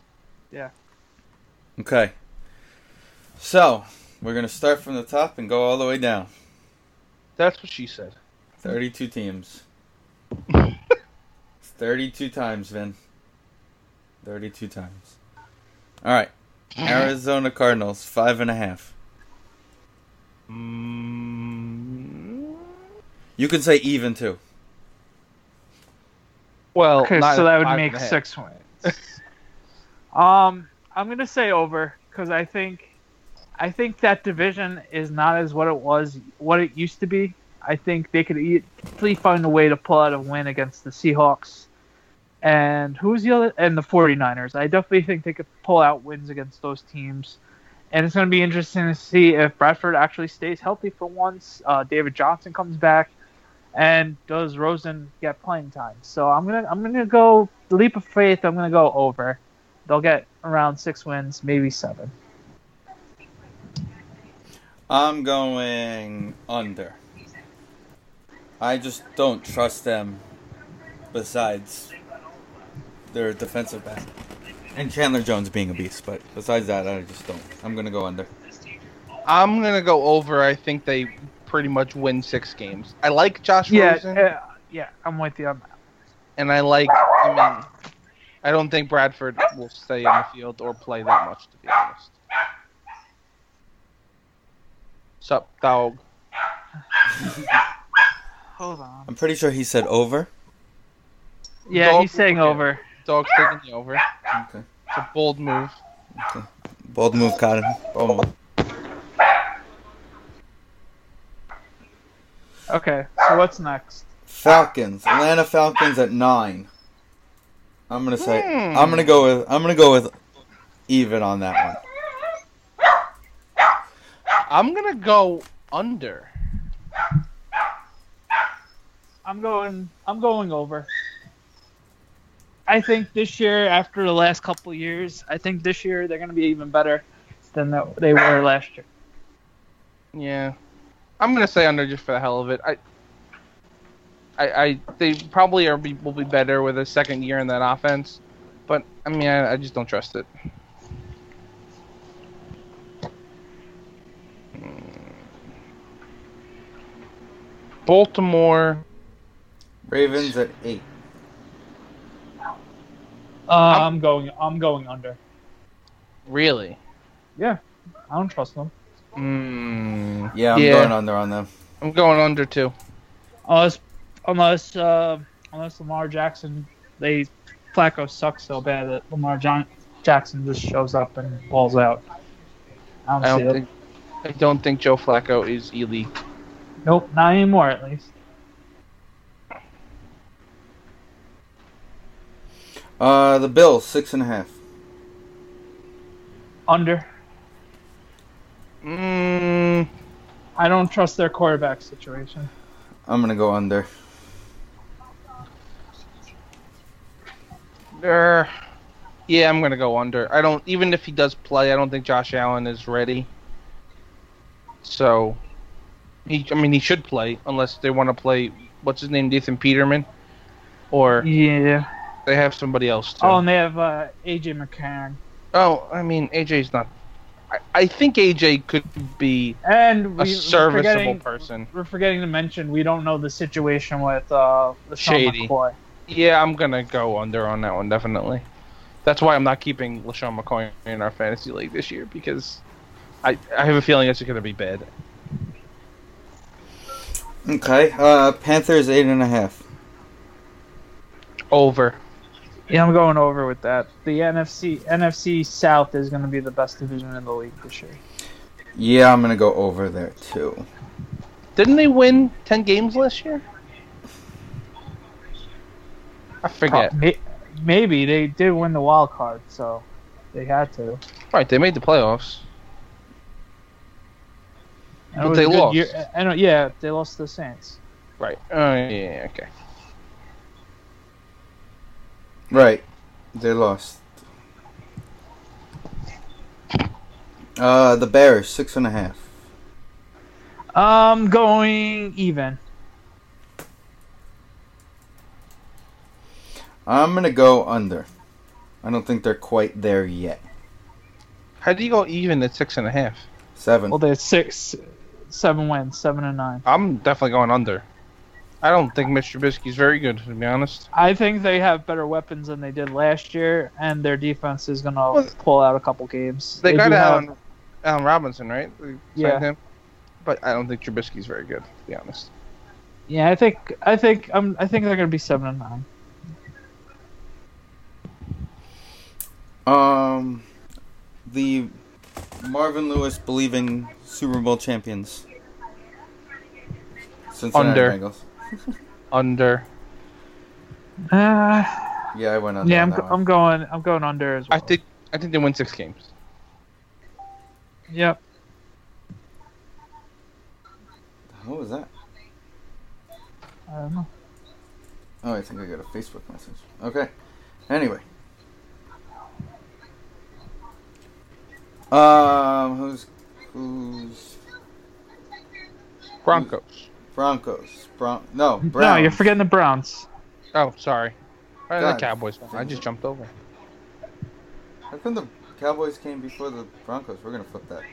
Speaker 1: Okay. So we're gonna start from the top and go all the way down.
Speaker 3: That's what she said.
Speaker 1: 32 teams. It's 32 times, Vin. 32 times. All right. Arizona Cardinals, five and a half.
Speaker 3: Mm,
Speaker 1: You can say even too.
Speaker 3: well,
Speaker 2: Okay,
Speaker 3: not
Speaker 2: so that would
Speaker 3: five
Speaker 2: make
Speaker 3: and a half.
Speaker 2: six wins. um, I'm gonna say over because I think, I think that division is not as what it was, what it used to be. I think they could easily find a way to pull out a win against the Seahawks, and who's the other, and the 49ers. I definitely think they could pull out wins against those teams. And it's going to be interesting to see if Bradford actually stays healthy for once. Uh, David Johnson comes back, and does Rosen get playing time? So I'm gonna I'm gonna go leap of faith. I'm gonna go over. They'll get around six wins, maybe seven.
Speaker 1: I'm going under. I just don't trust them. Besides their defensive back and Chandler Jones being a beast, but besides that, I just don't. I'm gonna go under.
Speaker 3: I'm gonna go over. I think they pretty much win six games. I like Josh
Speaker 2: Yeah, eh.
Speaker 3: Rosen,
Speaker 2: uh, yeah, I'm with you on that.
Speaker 3: and I like. I mean, I don't think Bradford will stay in the field or play that much, to be honest. Sup, dog?
Speaker 2: Hold on.
Speaker 1: I'm pretty sure he said over.
Speaker 2: Yeah,
Speaker 3: Dog-
Speaker 2: he's saying
Speaker 3: okay.
Speaker 2: over.
Speaker 3: Dog's taking the over. It's
Speaker 1: Okay.
Speaker 3: a bold move.
Speaker 1: Bold move, Cotton. Bold move.
Speaker 2: Okay, so what's next?
Speaker 1: Falcons. Atlanta Falcons at nine. I'm gonna say. I'm gonna go with. I'm gonna go with even on that one.
Speaker 3: I'm gonna go under.
Speaker 2: I'm going. I'm going over. I think this year, after the last couple years, I think this year they're going to be even better than that they were last year.
Speaker 3: Yeah, I'm gonna say under just for the hell of it. I, I, I they probably are be, will be better with a second year in that offense, but I mean, I, I just don't trust it. Baltimore.
Speaker 1: Ravens at eight.
Speaker 2: Uh, I'm going. I'm going under.
Speaker 3: Really?
Speaker 2: I don't trust them.
Speaker 3: Mm,
Speaker 1: Yeah, I'm
Speaker 3: Yeah.
Speaker 1: going under on them.
Speaker 3: I'm going under too.
Speaker 2: Unless, unless, uh, unless Lamar Jackson, they Flacco sucks so bad that Lamar John, Jackson just shows up and balls out. I don't,
Speaker 3: I
Speaker 2: see
Speaker 3: don't
Speaker 2: it.
Speaker 3: think. I don't think Joe Flacco is elite.
Speaker 2: Nope, not anymore at least.
Speaker 1: Uh, the Bills six and a half.
Speaker 2: Under.
Speaker 3: Mm,
Speaker 2: I don't trust their quarterback situation.
Speaker 1: I'm gonna go under.
Speaker 3: Er, yeah, I'm gonna go under. I don't even if he does play, I don't think Josh Allen is ready. So, he, I mean, he should play unless they want to play what's his name, Nathan Peterman, or
Speaker 2: Yeah.
Speaker 3: they have somebody else. To.
Speaker 2: Oh, and they have uh, AJ McCarron
Speaker 3: oh, I mean, AJ's not. I, I think AJ could be
Speaker 2: and
Speaker 3: a
Speaker 2: we, we're
Speaker 3: serviceable
Speaker 2: forgetting-
Speaker 3: person.
Speaker 2: We're forgetting to mention we don't know the situation with uh, LeSean
Speaker 3: Shady.
Speaker 2: McCoy.
Speaker 3: Yeah, I'm gonna go under on that one definitely. That's why I'm not keeping LaShawn McCoy in our fantasy league this year because I I have a feeling it's gonna be bad.
Speaker 1: Okay. Uh, Panthers eight and a half.
Speaker 3: Over.
Speaker 2: Yeah, I'm going over with that. The NFC NFC South is going to be the best division in the league this year.
Speaker 1: Yeah, I'm gonna go over there too.
Speaker 3: Didn't they win 10 games last year? I forget.
Speaker 2: May- Maybe they did win the wild card, so they had to.
Speaker 3: Right, they made the playoffs.
Speaker 2: And it
Speaker 3: But
Speaker 2: was
Speaker 3: they
Speaker 2: a good
Speaker 3: lost.
Speaker 2: year- and, uh, yeah, they lost to the Saints.
Speaker 3: Right. Oh, yeah, okay.
Speaker 1: Right. They lost. Uh, the Bears six and a half.
Speaker 3: Um,
Speaker 2: I'm going even.
Speaker 1: I'm gonna go under. I don't think they're quite there yet.
Speaker 3: How do you go even at six and a half?
Speaker 1: Seven.
Speaker 2: Well, they had six, seven wins, seven and nine.
Speaker 3: I'm definitely going under. I don't think Mitch Trubisky's very good, to be honest.
Speaker 2: I think they have better weapons than they did last year, and their defense is gonna pull out a couple games.
Speaker 3: They, got
Speaker 2: do have-
Speaker 3: Allen, Allen Robinson, right? They signed
Speaker 2: Yeah.
Speaker 3: him. But I don't think Trubisky's very good, to be honest.
Speaker 2: Yeah, I think I think um, I think they're gonna be seven and nine.
Speaker 1: Um, the Marvin Lewis believing Super Bowl champions. Cincinnati
Speaker 3: Under.
Speaker 1: Bengals.
Speaker 3: Under.
Speaker 2: Uh,
Speaker 1: Yeah, I went under. on
Speaker 2: yeah, I'm,
Speaker 1: that
Speaker 2: go-
Speaker 1: one.
Speaker 2: I'm going I'm going under as well.
Speaker 3: I think I think they win six games.
Speaker 2: Yep.
Speaker 1: What was that?
Speaker 2: I don't know.
Speaker 1: Oh, I think I got a Facebook message. Okay. Anyway. Um, who's who's
Speaker 3: Broncos.
Speaker 1: Broncos? Bron- no, Browns.
Speaker 2: No, you're forgetting the Browns.
Speaker 3: Oh, sorry. Uh,
Speaker 1: God.
Speaker 3: The Cowboys. I just jumped over.
Speaker 1: How come the Cowboys came before the Broncos? We're gonna flip that.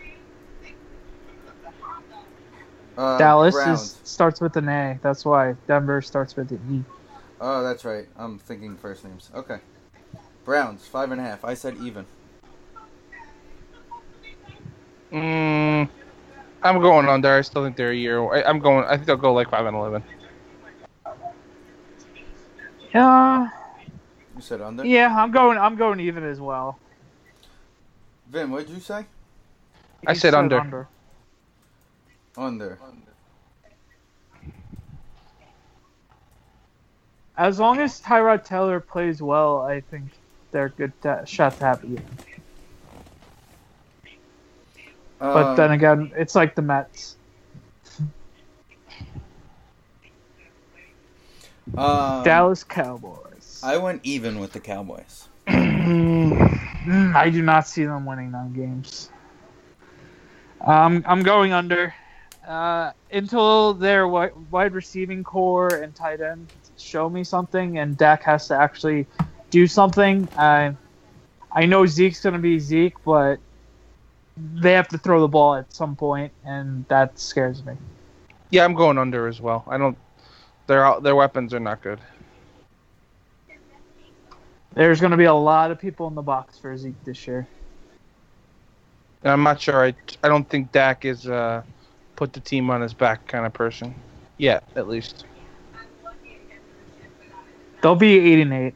Speaker 1: Uh,
Speaker 2: Dallas
Speaker 1: Browns. Uh,
Speaker 2: is starts with an A. That's why Denver starts with an E.
Speaker 1: Oh, that's right. I'm thinking first names. Okay. Browns, five and a half. I said even.
Speaker 3: Mm, I'm going under. I still think they're a year. away. I'm going. I think they'll go like five and eleven.
Speaker 2: Yeah,
Speaker 1: You said under?
Speaker 2: Uh, yeah, I'm going. I'm going even as well.
Speaker 1: Vin, what'd you say?
Speaker 3: I
Speaker 2: He
Speaker 3: said under.
Speaker 1: Under.
Speaker 2: As long as Tyrod Taylor plays well, I think they're a good to, shot to have E. even. But
Speaker 1: Um,
Speaker 2: then again, it's like the Mets.
Speaker 1: um,
Speaker 2: Dallas Cowboys. I,
Speaker 1: I went even with the Cowboys.
Speaker 2: Mm, I do not see them winning nine games. Um, I'm going under. Uh, until their wi- wide receiving core and tight end show me something, and Dak has to actually do something. I, I know Zeke's going to be Zeke, but they have to throw the ball at some point, and that scares me.
Speaker 3: Yeah, I'm going under as well. I don't. Their their weapons are not good.
Speaker 2: There's going to be a lot of people in the box for Zeke this year.
Speaker 3: And I'm not sure. I, I don't think Dak is uh put the team on his back kind of person. Yet, at least.
Speaker 2: They'll be eight and eight.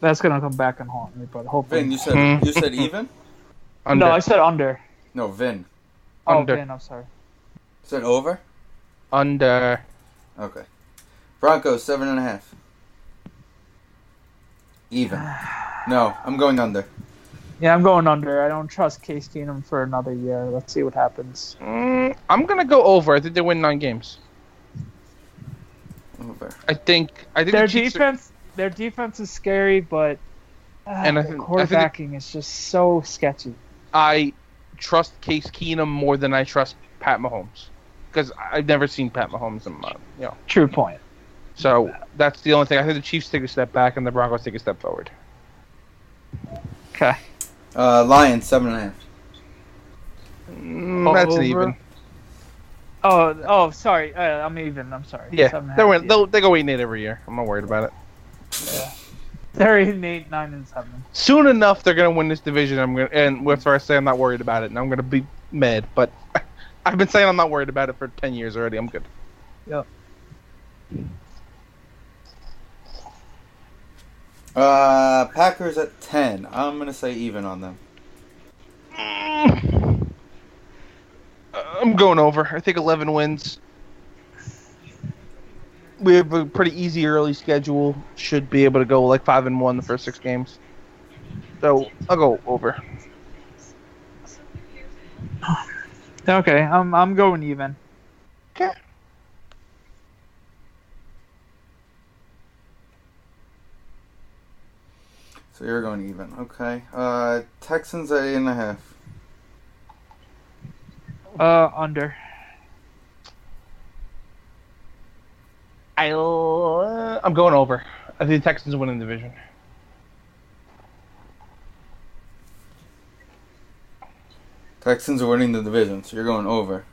Speaker 2: That's gonna come back and haunt me, but hopefully.
Speaker 1: Vin, you said
Speaker 3: Hmm.
Speaker 1: you said even?
Speaker 3: Under.
Speaker 2: No, I said under.
Speaker 1: No, Vin.
Speaker 3: Under.
Speaker 2: Oh, Vin, I'm sorry.
Speaker 1: Said over?
Speaker 3: under.
Speaker 1: Okay. Broncos, seven and a half. Even. No, I'm going under.
Speaker 2: Yeah, I'm going under. I don't trust Case Keenum for another year. Let's see what happens.
Speaker 3: Mm, I'm gonna go over. I think they win nine games.
Speaker 1: Over.
Speaker 3: I think. I think
Speaker 2: Their
Speaker 3: the Chiefs are-
Speaker 2: defense, their defense is scary, but uh,
Speaker 3: And I
Speaker 2: their
Speaker 3: think- I think
Speaker 2: quarterbacking is just so sketchy.
Speaker 3: I trust Case Keenum more than I trust Pat Mahomes because I've never seen Pat Mahomes in my, you know.
Speaker 2: True point.
Speaker 3: So that's the only thing. I think the Chiefs take a step back and the Broncos take a step forward.
Speaker 2: Okay.
Speaker 1: Uh, Lions, seven and a half.
Speaker 3: Mm, that's an
Speaker 2: Over.
Speaker 3: even.
Speaker 2: Oh, oh, sorry. Uh, I'm even. I'm sorry.
Speaker 3: Yeah,
Speaker 2: Seven and a
Speaker 3: they
Speaker 2: half,
Speaker 3: win.
Speaker 2: yeah.
Speaker 3: They'll, they go eight and eight every year. I'm not worried about it.
Speaker 2: They're eight and eight, nine and seven.
Speaker 3: Soon enough, they're gonna win this division. I'm gonna and after I say I'm not worried about it, and I'm gonna be mad. But I've been saying I'm not worried about it for ten years already. I'm good.
Speaker 1: Uh, Packers at ten. I'm gonna say even on them.
Speaker 3: I'm going over. I think 11 wins. We have a pretty easy early schedule. Should be able to go like five and one the first six games. So I'll go over.
Speaker 2: Okay, I'm I'm going even.
Speaker 3: Okay.
Speaker 1: So you're going even. Okay. Uh, Texans at eight and a half.
Speaker 2: Uh, under.
Speaker 3: I uh, I'm going over. I think the Texans win the division.
Speaker 1: Texans are winning the division, so you're going over.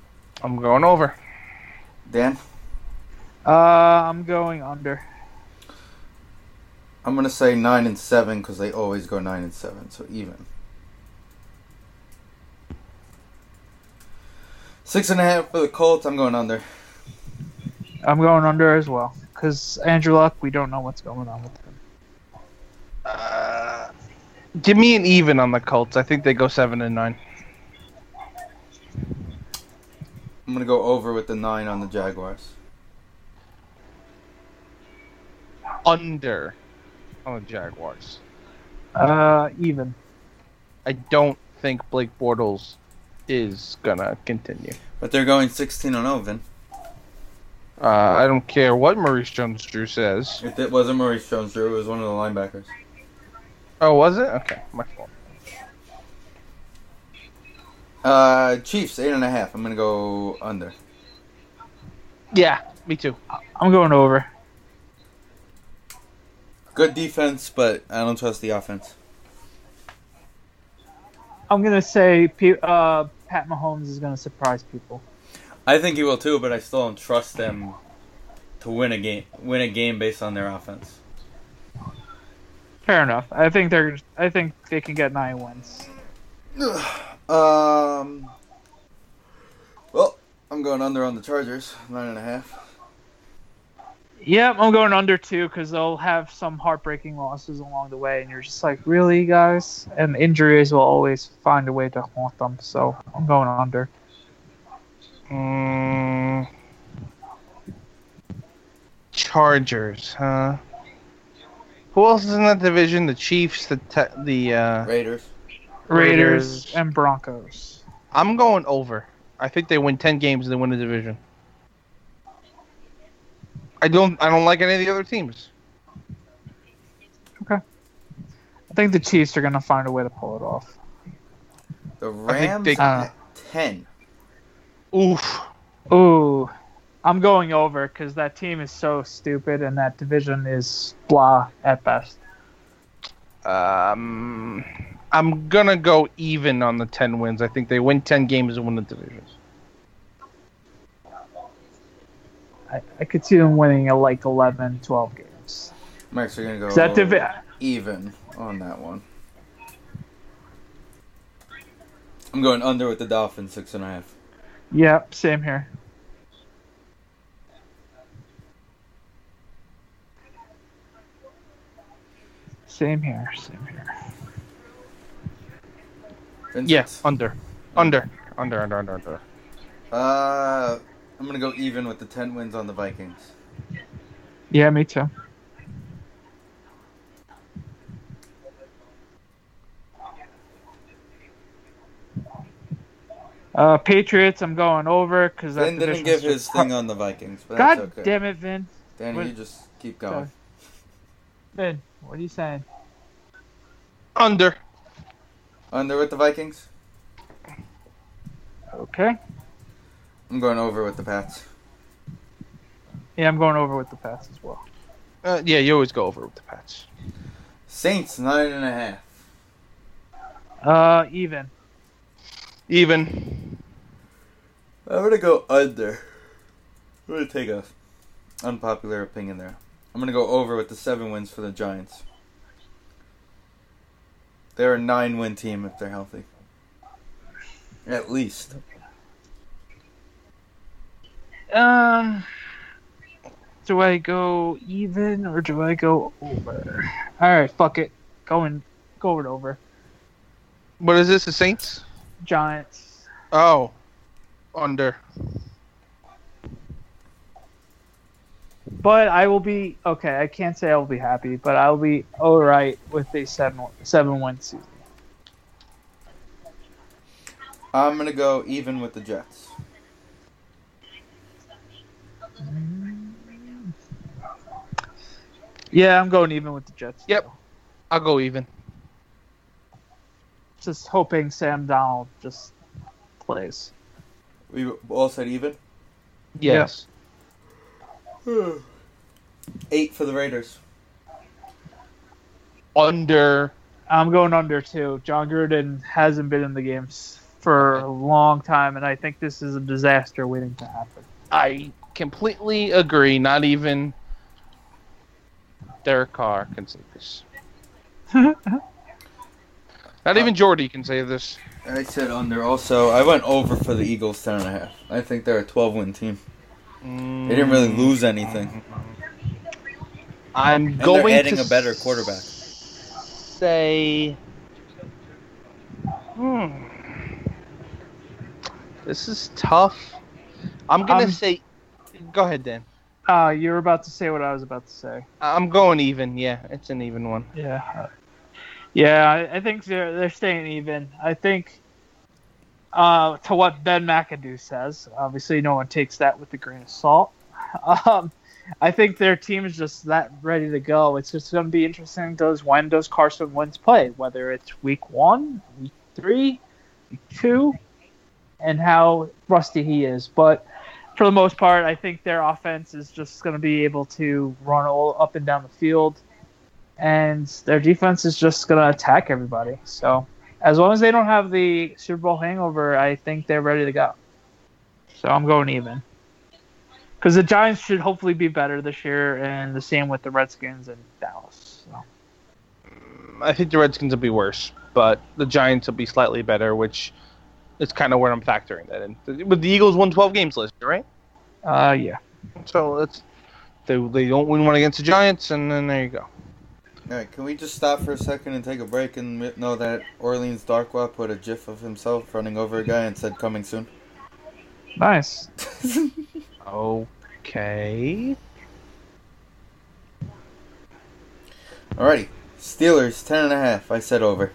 Speaker 3: I'm going over.
Speaker 1: Dan,
Speaker 2: Uh, I'm going under.
Speaker 1: I'm gonna say nine and seven because they always go nine and seven, so even. Six and a half for the Colts. I'm going under.
Speaker 2: I'm going under as well. Because Andrew Luck, we don't know what's going on with him.
Speaker 3: Uh, give me an even on the Colts. I think they go seven and nine.
Speaker 1: I'm gonna go over with the nine on the Jaguars.
Speaker 3: Under on the Jaguars.
Speaker 2: Uh, even.
Speaker 3: I don't think Blake Bortles is gonna continue.
Speaker 1: But they're going 16 and 0, Vin.
Speaker 3: Uh, I don't care what Maurice Jones-Drew says.
Speaker 1: If it wasn't Maurice Jones-Drew, it was one of the linebackers.
Speaker 3: Oh, was it? Okay, my fault.
Speaker 1: Uh, Chiefs eight and a half. I'm gonna go under.
Speaker 3: Yeah, me too.
Speaker 2: I'm going over.
Speaker 1: Good defense, but I don't trust the offense.
Speaker 2: I'm going to say P- uh, Pat Mahomes is going to surprise people.
Speaker 1: I think he will too, but I still don't trust them to win a game. Win a game based on their offense.
Speaker 2: Fair enough. I think they're. I think they can get nine wins.
Speaker 1: Um. Well, I'm going under on the Chargers, nine and a half.
Speaker 2: Yeah, I'm going under two because they'll have some heartbreaking losses along the way, and you're just like, really, guys? And injuries will always find a way to haunt them, so I'm going under.
Speaker 3: Mm. Chargers, huh? Who else is in that division? The Chiefs, the te- the. Uh,
Speaker 1: Raiders.
Speaker 2: Raiders,
Speaker 3: Raiders.
Speaker 2: and Broncos.
Speaker 3: I'm going over. I think they win ten games and they win the division. I don't. I don't like any of the other teams.
Speaker 2: I think the Chiefs are going to find a way to pull it off.
Speaker 1: The
Speaker 3: I think
Speaker 1: Rams
Speaker 3: they-
Speaker 2: Uh,
Speaker 1: at ten.
Speaker 3: Oof.
Speaker 2: Ooh, I'm going over because that team is so stupid, and that division is blah at best.
Speaker 3: Um, I'm gonna go even on the ten wins. I think they win ten games and win the division.
Speaker 2: I, I could see them winning uh, like 11, 12 games.
Speaker 1: I'm actually gonna go
Speaker 2: 'Cause that
Speaker 1: Oh.
Speaker 2: divi-
Speaker 1: even on that one. I'm going under with the Dolphins, six and a half.
Speaker 2: Yep, same here. Same here, same here.
Speaker 1: Vincent?
Speaker 3: Yes, under, under, under, under, under, under.
Speaker 1: Uh, I'm gonna go even with the ten wins on the Vikings.
Speaker 2: Yeah, me too. Uh, Patriots, I'm going over because that
Speaker 1: Vin didn't
Speaker 2: division's
Speaker 1: give
Speaker 2: just
Speaker 1: his
Speaker 2: har-
Speaker 1: thing on the Vikings, but
Speaker 2: God
Speaker 1: that's okay.
Speaker 2: damn it, Vin!
Speaker 1: Danny,
Speaker 2: Wait.
Speaker 1: you just keep going.
Speaker 2: Sorry. Vin, what are you saying?
Speaker 3: Under.
Speaker 1: Under with the Vikings.
Speaker 2: Okay.
Speaker 1: I'm going over with the Pats.
Speaker 2: Yeah, I'm going over with the pass as well.
Speaker 3: Uh, yeah, you always go over with the Pats.
Speaker 1: Saints nine and a half.
Speaker 2: Uh, even.
Speaker 3: Even.
Speaker 1: I'm gonna go under. I'm gonna take a unpopular opinion there. I'm gonna go over with the seven wins for the Giants. They're a nine win team if they're healthy. At least.
Speaker 2: Um, do I go even or do I go over? All right, fuck it. Going, going over.
Speaker 3: What is this? The Saints?
Speaker 2: Giants.
Speaker 3: Oh, under.
Speaker 2: But I will be okay. I can't say I will be happy, but I'll be all right with a seven seven win season.
Speaker 1: I'm gonna go even with the Jets.
Speaker 2: Yeah, I'm going even with the Jets.
Speaker 3: Yep. I'll go even.
Speaker 2: Just hoping Sam Donald just plays.
Speaker 1: We all said even.
Speaker 3: Yes.
Speaker 1: Eight for the Raiders.
Speaker 3: Under.
Speaker 2: I'm going under too. John Gruden hasn't been in the games for a long time, and I think this is a disaster waiting to happen.
Speaker 3: I completely agree. Not even Derek Carr can save this. Not even Jordy can save this.
Speaker 1: I said under also. I went over for the Eagles ten and a half. I think they're a twelve win team.
Speaker 3: Mm,
Speaker 1: They didn't really lose anything.
Speaker 3: I'm
Speaker 1: they're
Speaker 3: going
Speaker 1: adding
Speaker 3: to
Speaker 1: a better quarterback.
Speaker 3: Say, hmm, this is tough. I'm gonna
Speaker 2: Um,
Speaker 3: say, go ahead, Dan.
Speaker 2: Uh, you were about to say what I was about to say.
Speaker 3: I- I'm going even. Yeah, it's an even one.
Speaker 2: Yeah. Yeah, I, I think they're they're staying even. I think uh, to what Ben McAdoo says, obviously no one takes that with a grain of salt. Um, I think their team is just that ready to go. It's just going to be interesting. Does when does Carson Wentz play? Whether it's week one, week three, week two, and how rusty he is. But for the most part, I think their offense is just going to be able to run all up and down the field and their defense is just going to attack everybody. So as long as they don't have the Super Bowl hangover, I think they're ready to go. So I'm going even. Because the Giants should hopefully be better this year, and the same with the Redskins and Dallas. So.
Speaker 3: I think the Redskins will be worse, but the Giants will be slightly better, which is kind of where I'm factoring that in. But the Eagles won 12 games last year, right?
Speaker 2: Uh, yeah.
Speaker 3: So that's they, they don't win one against the Giants, and then there you go.
Speaker 1: All right, can we just stop for a second and take a break and we- know that Orleans Darkwa put a gif of himself running over a guy and said, coming soon?
Speaker 2: Nice.
Speaker 3: Okay.
Speaker 1: Alrighty. Steelers, 10.5. I said over.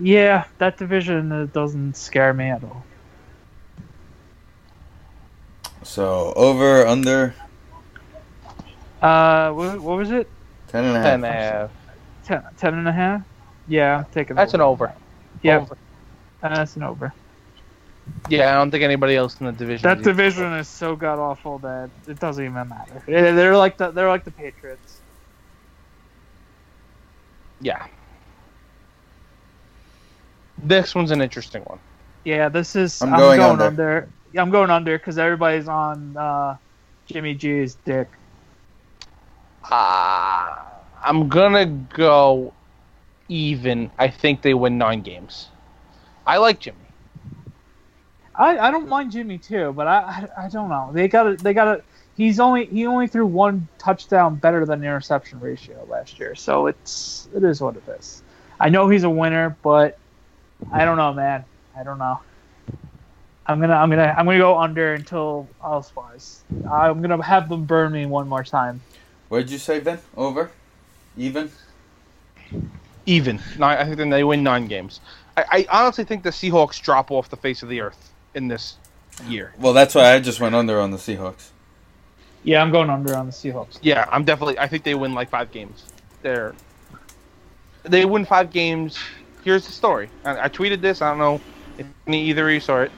Speaker 2: Yeah, that division uh, doesn't scare me at all.
Speaker 1: So, over, under,
Speaker 2: Uh, what, what was it?
Speaker 1: 10.5.
Speaker 3: And, uh,
Speaker 2: Ten, ten and a half? Yeah, I'm taking
Speaker 3: that's an over.
Speaker 2: Yeah,
Speaker 3: Over.
Speaker 2: that's an over.
Speaker 3: Yeah, I don't think anybody else in the division.
Speaker 2: That division is so god awful that it doesn't even matter. Yeah, They're like the they're like the Patriots.
Speaker 3: Yeah. This one's an interesting one.
Speaker 2: Yeah, this is.
Speaker 1: I'm
Speaker 2: I'm,
Speaker 1: going
Speaker 2: going,
Speaker 1: under.
Speaker 2: under. Yeah, I'm going under because everybody's on uh, Jimmy G's dick.
Speaker 3: Uh, I'm gonna go even. I think they win nine games. I like Jimmy.
Speaker 2: I, I don't mind Jimmy too, but I I, I don't know. They got to they got to. He's only he only threw one touchdown better than the interception ratio last year, so it's it is what it is. I know he's a winner, but I don't know, man. I don't know. I'm gonna I'm gonna I'm gonna go under until all spies. I'm gonna have them burn me one more time.
Speaker 1: What'd you say, Ben? Over? Even?
Speaker 3: Even. Nine, I think then they win nine games. I, I honestly think the Seahawks drop off the face of the earth in this year.
Speaker 1: Well, that's why I just went under on the Seahawks.
Speaker 2: Yeah, I'm going under on the Seahawks.
Speaker 3: Yeah, I'm definitely. I think they win like five games. They're they win five games. Here's the story. I, I tweeted this. I don't know if any either of you saw it.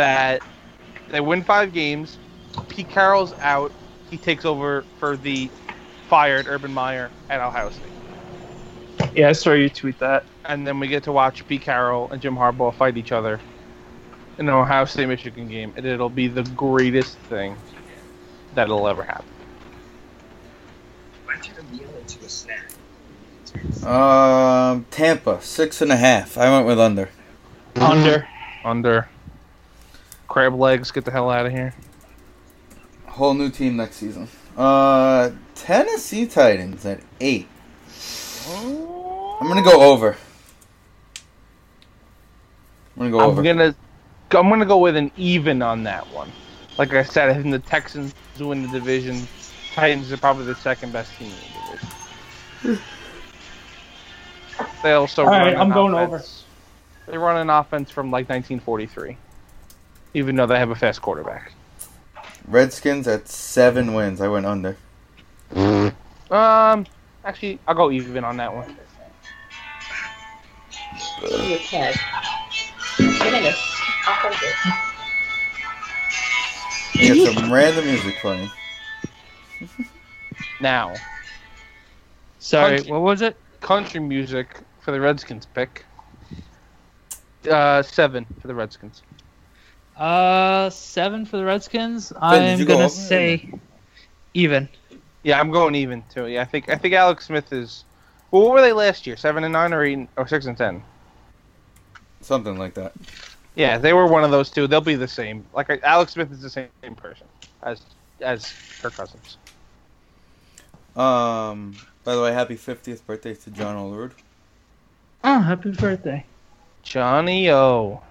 Speaker 3: That they win five games. Pete Carroll's out. He takes over for the fired Urban Meyer at Ohio State.
Speaker 2: Yeah, I saw you tweet that.
Speaker 3: And then we get to watch Pete Carroll and Jim Harbaugh fight each other in an Ohio State Michigan game, and it'll be the greatest thing that'll ever happen.
Speaker 1: Um, Tampa, 6.5. I went with under. Mm-hmm.
Speaker 2: Under.
Speaker 3: Under. Crab legs, get the hell out of here.
Speaker 1: Whole new team next season. Uh, Tennessee Titans at 8. I'm going to go over. I'm going to go
Speaker 3: I'm
Speaker 1: over.
Speaker 3: gonna, I'm gonna go with an even on that one. Like I said, I think the Texans win the division. Titans are probably the second best team in the division. they also.
Speaker 2: All right,
Speaker 3: run an
Speaker 2: I'm going
Speaker 3: offense- They run an offense from like 1943, even though they have a fast quarterback.
Speaker 1: Redskins at 7 wins. I went under.
Speaker 3: Um, actually, I'll go even on that one.
Speaker 5: Okay. Give me this. I'll hold it.
Speaker 1: We got some random music playing.
Speaker 3: Now,
Speaker 2: Sorry,
Speaker 3: Country.
Speaker 2: what was it?
Speaker 3: country music for the Redskins pick. Uh, seven for the Redskins.
Speaker 2: Uh, seven for the Redskins. I'm
Speaker 1: you go
Speaker 2: gonna
Speaker 1: over or
Speaker 2: say even.
Speaker 3: Yeah, I'm going even too. Yeah, I think I think Alex Smith is. Well, what were they last year? Seven and nine, or eight, and- or six and ten?
Speaker 1: Something like that.
Speaker 3: Yeah, they were one of those two. They'll be the same. Like I- Alex Smith is the same person as as Kirk Cousins.
Speaker 1: Um, by the way, happy 50th birthday to John Olerud.
Speaker 2: Oh, happy birthday!
Speaker 3: Johnny O.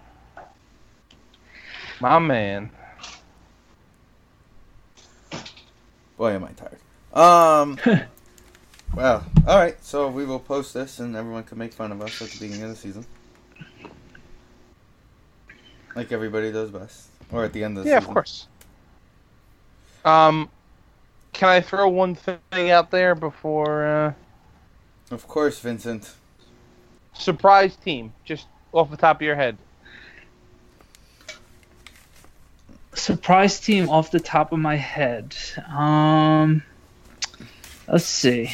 Speaker 3: My man.
Speaker 1: Boy, am I tired. Um, wow. All right, so we will post this, and everyone can make fun of us at the beginning of the season, like everybody does best, or at the end of the
Speaker 3: Yeah, of
Speaker 1: season.
Speaker 3: course. Um, can I throw one thing out there before? Uh,
Speaker 1: Of course, Vincent.
Speaker 3: surprise team, just off the top of your head.
Speaker 2: Surprise team off the top of my head. Um, let's see.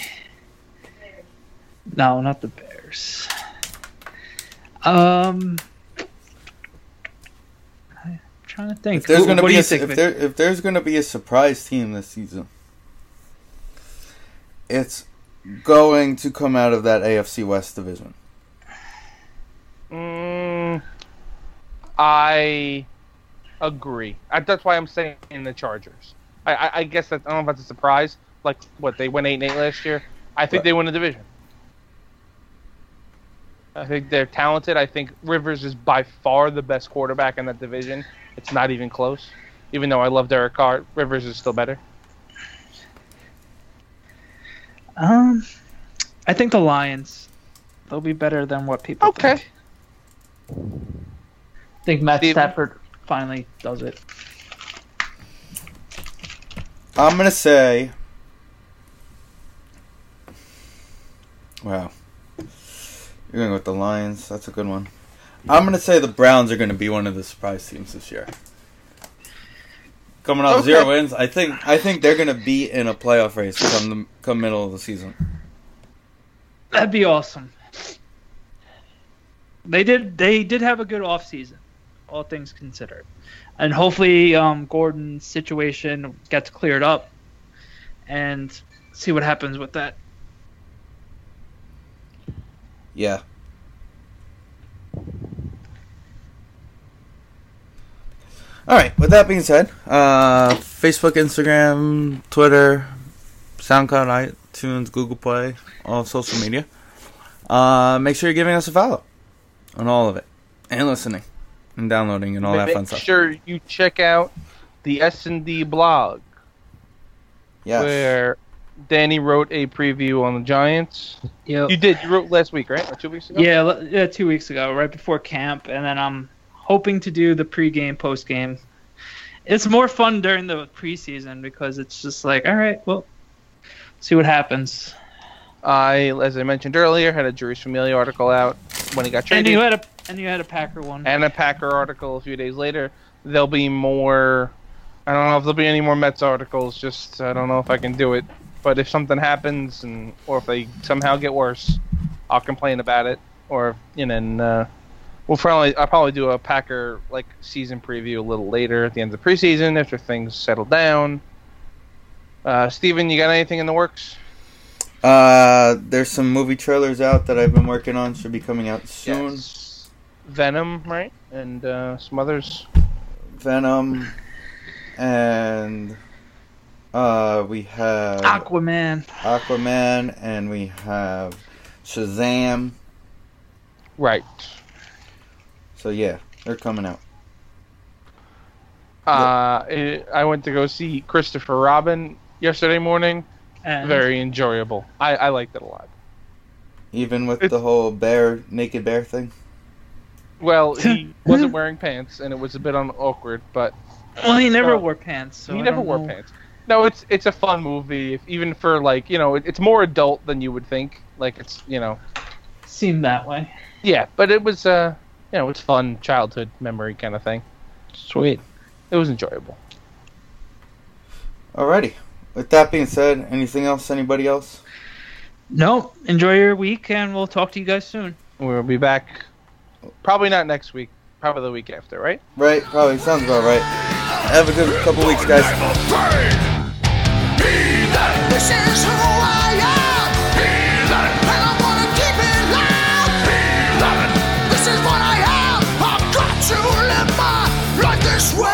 Speaker 2: No, not the Bears. Um, I'm trying to think.
Speaker 1: If there's
Speaker 2: Wh-
Speaker 1: going to
Speaker 2: what
Speaker 1: be
Speaker 2: do
Speaker 1: a,
Speaker 2: you
Speaker 1: s-
Speaker 2: think?
Speaker 1: if
Speaker 2: Vic?
Speaker 1: there if there's going to be a surprise team this season, it's going to come out of that AFC West division.
Speaker 3: Mm, I agree. I, that's why I'm saying the Chargers. I, I, I guess that I don't know if that's a surprise. Like what they went eight and eight last year. I think
Speaker 1: Right.
Speaker 3: they win the division. I think they're talented. I think Rivers is by far the best quarterback in that division. It's not even close. Even though I love Derek Carr, Rivers is still better.
Speaker 2: Um, I think the Lions. They'll be better than what people think. I think Matt
Speaker 3: Steven?
Speaker 2: Stafford finally does it.
Speaker 1: I'm going to say. Wow. You're going to go with the Lions. That's a good one. I'm going to say the Browns are going to be one of the surprise teams this year. Coming off zero
Speaker 3: Okay.
Speaker 1: wins, I think I think they're going to be in a playoff race come the, come middle of the season.
Speaker 2: That'd be awesome. They did. They did have a good offseason, all things considered, and hopefully um, Gordon's situation gets cleared up, and see what happens with that.
Speaker 1: Yeah. All right. With that being said, uh, Facebook, Instagram, Twitter, SoundCloud, iTunes, Google Play, all social media. Uh, make sure you're giving us a follow on all of it, and listening, and downloading, and all that
Speaker 3: Make
Speaker 1: fun stuff.
Speaker 3: sure you check out the S and D blog.
Speaker 1: Yes.
Speaker 3: where Danny wrote a preview on the Giants.
Speaker 2: Yeah.
Speaker 3: You did. You wrote last week, right? Or two weeks ago?
Speaker 2: Oh. Yeah, l- yeah, two weeks ago, right before camp, and then I'm hoping to do the pregame, postgame. It's more fun during the preseason because it's just like, all right, well, see what happens.
Speaker 3: I, as I mentioned earlier, had a Juris Familia article out when he got
Speaker 2: And
Speaker 3: traded,
Speaker 2: you had a and you had a Packer one.
Speaker 3: and a Packer article a few days later. There'll be more. I don't know if there'll be any more Mets articles. Just I don't know if I can do it. But if something happens, and or if they somehow get worse, I'll complain about it. Or you know, and, uh, we'll probably I'll probably do a Packer like season preview a little later at the end of the preseason after things settle down. Uh, Steven, you got anything in the works?
Speaker 1: Uh, there's some movie trailers out that I've been working on. Should be coming out soon.
Speaker 3: Yes. Venom, right? And uh, some others.
Speaker 1: Venom, and uh, we have
Speaker 2: Aquaman.
Speaker 1: Aquaman, and we have Shazam.
Speaker 3: Right.
Speaker 1: So yeah, they're coming out.
Speaker 3: Uh, it, I went to go see Christopher Robin yesterday morning.
Speaker 2: And
Speaker 3: Very enjoyable. I, I liked it a lot.
Speaker 1: Even with
Speaker 3: It's-
Speaker 1: the whole bear, naked bear thing.
Speaker 3: Well, he wasn't wearing pants, and it was a bit un- awkward, but
Speaker 2: Well, he never
Speaker 3: So-
Speaker 2: wore pants. So
Speaker 3: he
Speaker 2: I
Speaker 3: never
Speaker 2: don't
Speaker 3: wore
Speaker 2: know.
Speaker 3: pants. No, it's it's a fun movie, if, even for like you know, it, it's more adult than you would think. Like it's you know,
Speaker 2: Seemed that way.
Speaker 3: yeah, but it was uh, you know, it's fun childhood memory kind of thing. Sweet, it was enjoyable.
Speaker 1: Alrighty. With that being said, anything else? Anybody else?
Speaker 2: No, enjoy your week, and we'll talk to you guys soon.
Speaker 3: We'll be back. Probably not next week. Probably the week after, right?
Speaker 1: Right? Probably sounds about right. Have a good couple weeks, guys.
Speaker 4: This is who I am. And I'm gonna keep it loud. This is what I am. I've got to live my life this way.